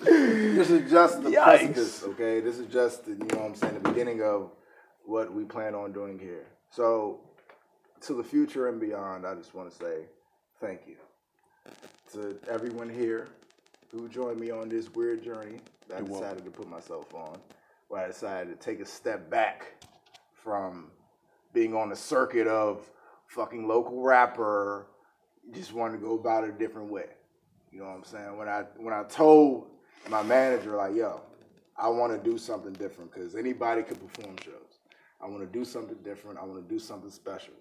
[SPEAKER 1] This is just the precipice, okay? This is just the, you know what I'm saying, the beginning of what we plan on doing here. So, to the future and beyond, I just want to say thank you to everyone here who joined me on this weird journey that I decided to put myself on, where I decided to take a step back from being on the circuit of fucking local rapper. Just wanted to go about it a different way. You know what I'm saying? When I when I told my manager like, yo, I want to do something different because anybody could perform shows. I want to do something different. I want to do something special.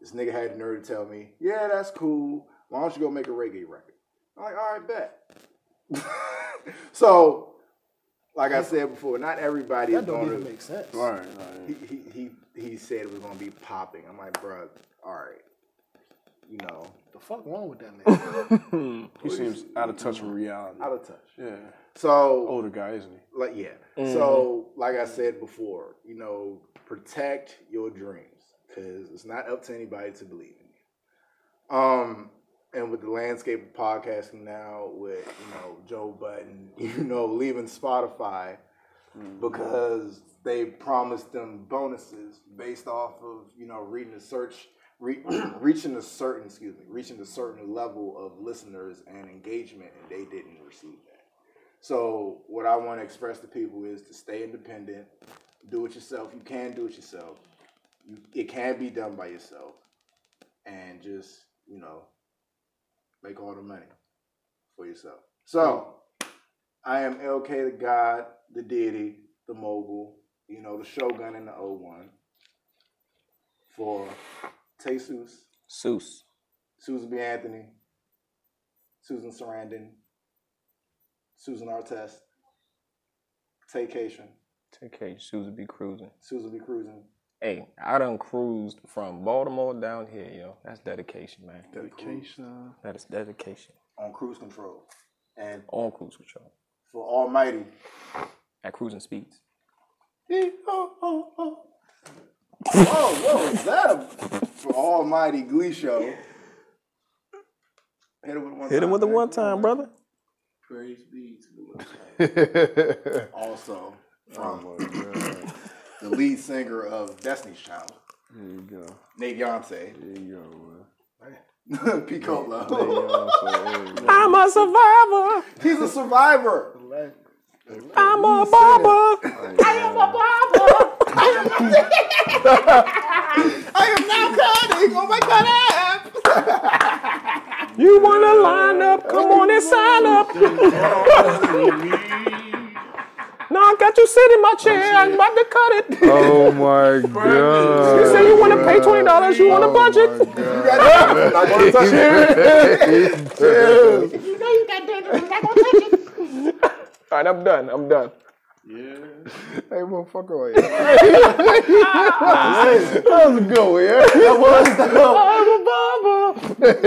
[SPEAKER 1] This nigga had the nerve to tell me, yeah, that's cool. Why don't you go make a reggae record? I'm like, all right, bet. so, like I said before, not everybody is
[SPEAKER 4] That
[SPEAKER 1] going
[SPEAKER 4] don't
[SPEAKER 1] to
[SPEAKER 4] even make sense.
[SPEAKER 6] All right. all right.
[SPEAKER 1] he he he he said we're gonna be popping. I'm like, bruh, all right, you know,
[SPEAKER 4] The fuck wrong with that man?
[SPEAKER 6] He seems out of touch with reality.
[SPEAKER 1] out of touch.
[SPEAKER 6] Yeah.
[SPEAKER 1] So
[SPEAKER 6] Older guy, isn't he?
[SPEAKER 1] like yeah. So like I said before, you know, protect your dreams because it's not up to anybody to believe in you. Um, and with the landscape of podcasting now, with you know Joe Button, you know, leaving Spotify Mm. because they promised them bonuses based off of you know reading the search. Re- reaching a certain, excuse me, reaching a certain level of listeners and engagement, and they didn't receive that. So what I want to express to people is to stay independent, do it yourself. You can do it yourself. You, it can be done by yourself, and just you know, make all the money for yourself. So I am LK the God, the deity, the mogul, you know, the shogun and the O one for Tesus,
[SPEAKER 3] Seuss.
[SPEAKER 1] Susan B. Anthony, Susan Sarandon, Susan Artest, Taycation,
[SPEAKER 3] Take care, Seuss be cruising.
[SPEAKER 1] Susan B. Cruising.
[SPEAKER 3] Hey, I done cruised from Baltimore down here, yo. That's dedication, man.
[SPEAKER 6] Dedication.
[SPEAKER 3] That is dedication.
[SPEAKER 1] on cruise control. And
[SPEAKER 3] On cruise control.
[SPEAKER 1] for Almighty,
[SPEAKER 3] at cruising speeds.
[SPEAKER 1] Oh, what was that? a- For Almighty Glee Show. Hit him with one
[SPEAKER 3] Hit him with the
[SPEAKER 1] man.
[SPEAKER 3] one time, brother.
[SPEAKER 5] Praise be to the Most High.
[SPEAKER 1] Also from uh, the lead singer of Destiny's Child,
[SPEAKER 6] There you go.
[SPEAKER 1] Nate Yonce,
[SPEAKER 6] There you go,
[SPEAKER 1] Piccolo.
[SPEAKER 6] man.
[SPEAKER 3] I'm a survivor.
[SPEAKER 1] He's a survivor.
[SPEAKER 3] I'm a barber.
[SPEAKER 1] I am now cutting. Oh my God, I am.
[SPEAKER 3] You wanna line up? Come on and sign up. Now I got you sitting in my chair. I'm about to cut it.
[SPEAKER 6] Oh my god.
[SPEAKER 3] You say you wanna pay twenty dollars? You want a budget?
[SPEAKER 1] I want to touch it.
[SPEAKER 3] All right, I'm done. I'm done.
[SPEAKER 5] Yeah.
[SPEAKER 1] Hey, motherfucker, wait. that was a good one, yeah. That was dope.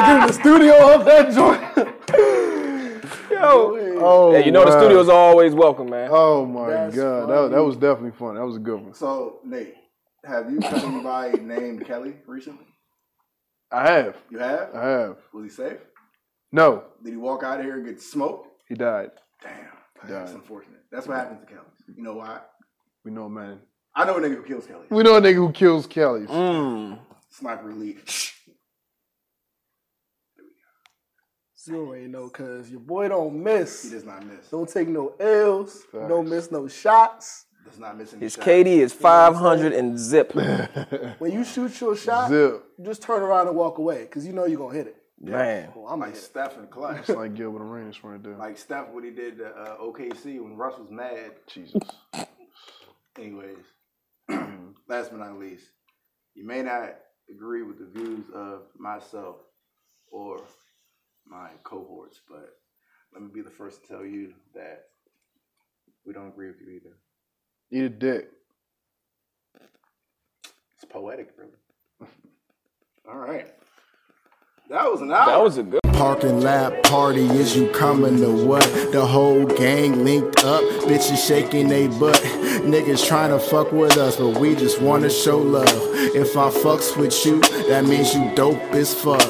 [SPEAKER 6] Get in the studio of that joint.
[SPEAKER 3] Yo,
[SPEAKER 6] Oh,
[SPEAKER 3] hey, you know the
[SPEAKER 6] wow.
[SPEAKER 3] studio's always welcome, man.
[SPEAKER 6] Oh my
[SPEAKER 4] That's
[SPEAKER 6] god, that, that was definitely fun. That was a good one.
[SPEAKER 1] So, Nate, have you met anybody named Kelly recently?
[SPEAKER 6] I have,
[SPEAKER 1] You have?
[SPEAKER 6] I have.
[SPEAKER 1] Was he safe?
[SPEAKER 6] No,
[SPEAKER 1] Did he walk out of here and get smoked?
[SPEAKER 6] he died.
[SPEAKER 1] Damn. That's
[SPEAKER 6] Died.
[SPEAKER 1] unfortunate. That's what happens to Kelly. You know why?
[SPEAKER 6] We know a man.
[SPEAKER 1] I know a nigga who kills Kelly.
[SPEAKER 6] We know a nigga who kills Kellys.
[SPEAKER 3] Mm.
[SPEAKER 1] Sniper Elite.
[SPEAKER 4] You ain't know, cause your boy don't miss.
[SPEAKER 1] He does not miss.
[SPEAKER 4] Don't take no L's. Don't miss no shots.
[SPEAKER 1] Does not miss any
[SPEAKER 3] His
[SPEAKER 1] shot.
[SPEAKER 3] KD is 500 and zip.
[SPEAKER 4] When you shoot your shot,
[SPEAKER 6] Zip.
[SPEAKER 4] just turn around and walk away, cause you know you're gonna hit it.
[SPEAKER 3] Man.
[SPEAKER 4] Well, I'm
[SPEAKER 1] Like
[SPEAKER 4] like,
[SPEAKER 1] Steph and Clutch.
[SPEAKER 6] It's like Gilbert and Range right there.
[SPEAKER 1] like Steph, what he did to uh, OKC when Russ was mad.
[SPEAKER 6] Jesus.
[SPEAKER 1] Anyways, last but not least, you may not agree with the views of myself or my cohorts, but let me be the first to tell you that we don't agree with you either.
[SPEAKER 6] Eat a dick.
[SPEAKER 1] It's poetic, really. All right. That was an hour.
[SPEAKER 3] That was a good
[SPEAKER 7] Parking lot party, is you coming to what? The whole gang linked up, bitches shaking they butt. Niggas trying to fuck with us, but we just wanna show love. If I fucks with you, that means you dope as fuck.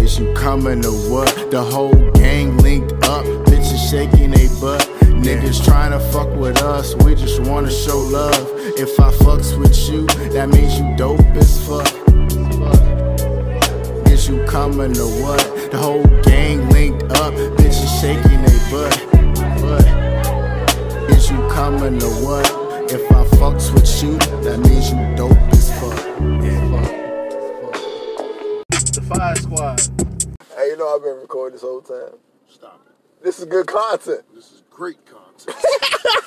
[SPEAKER 7] Is you coming to what? The whole gang linked up, bitches shaking they butt. Niggas trying to fuck with us, we just wanna show love. If I fucks with you, that means you dope as fuck. Is you coming or what? The whole gang linked up, bitches shaking they butt. But is you coming or what? If I fucks with you, that means you dope as fuck.
[SPEAKER 4] the five squad.
[SPEAKER 8] Hey, you know I've been recording this whole time. Stop it. This is good content.
[SPEAKER 9] This is great content.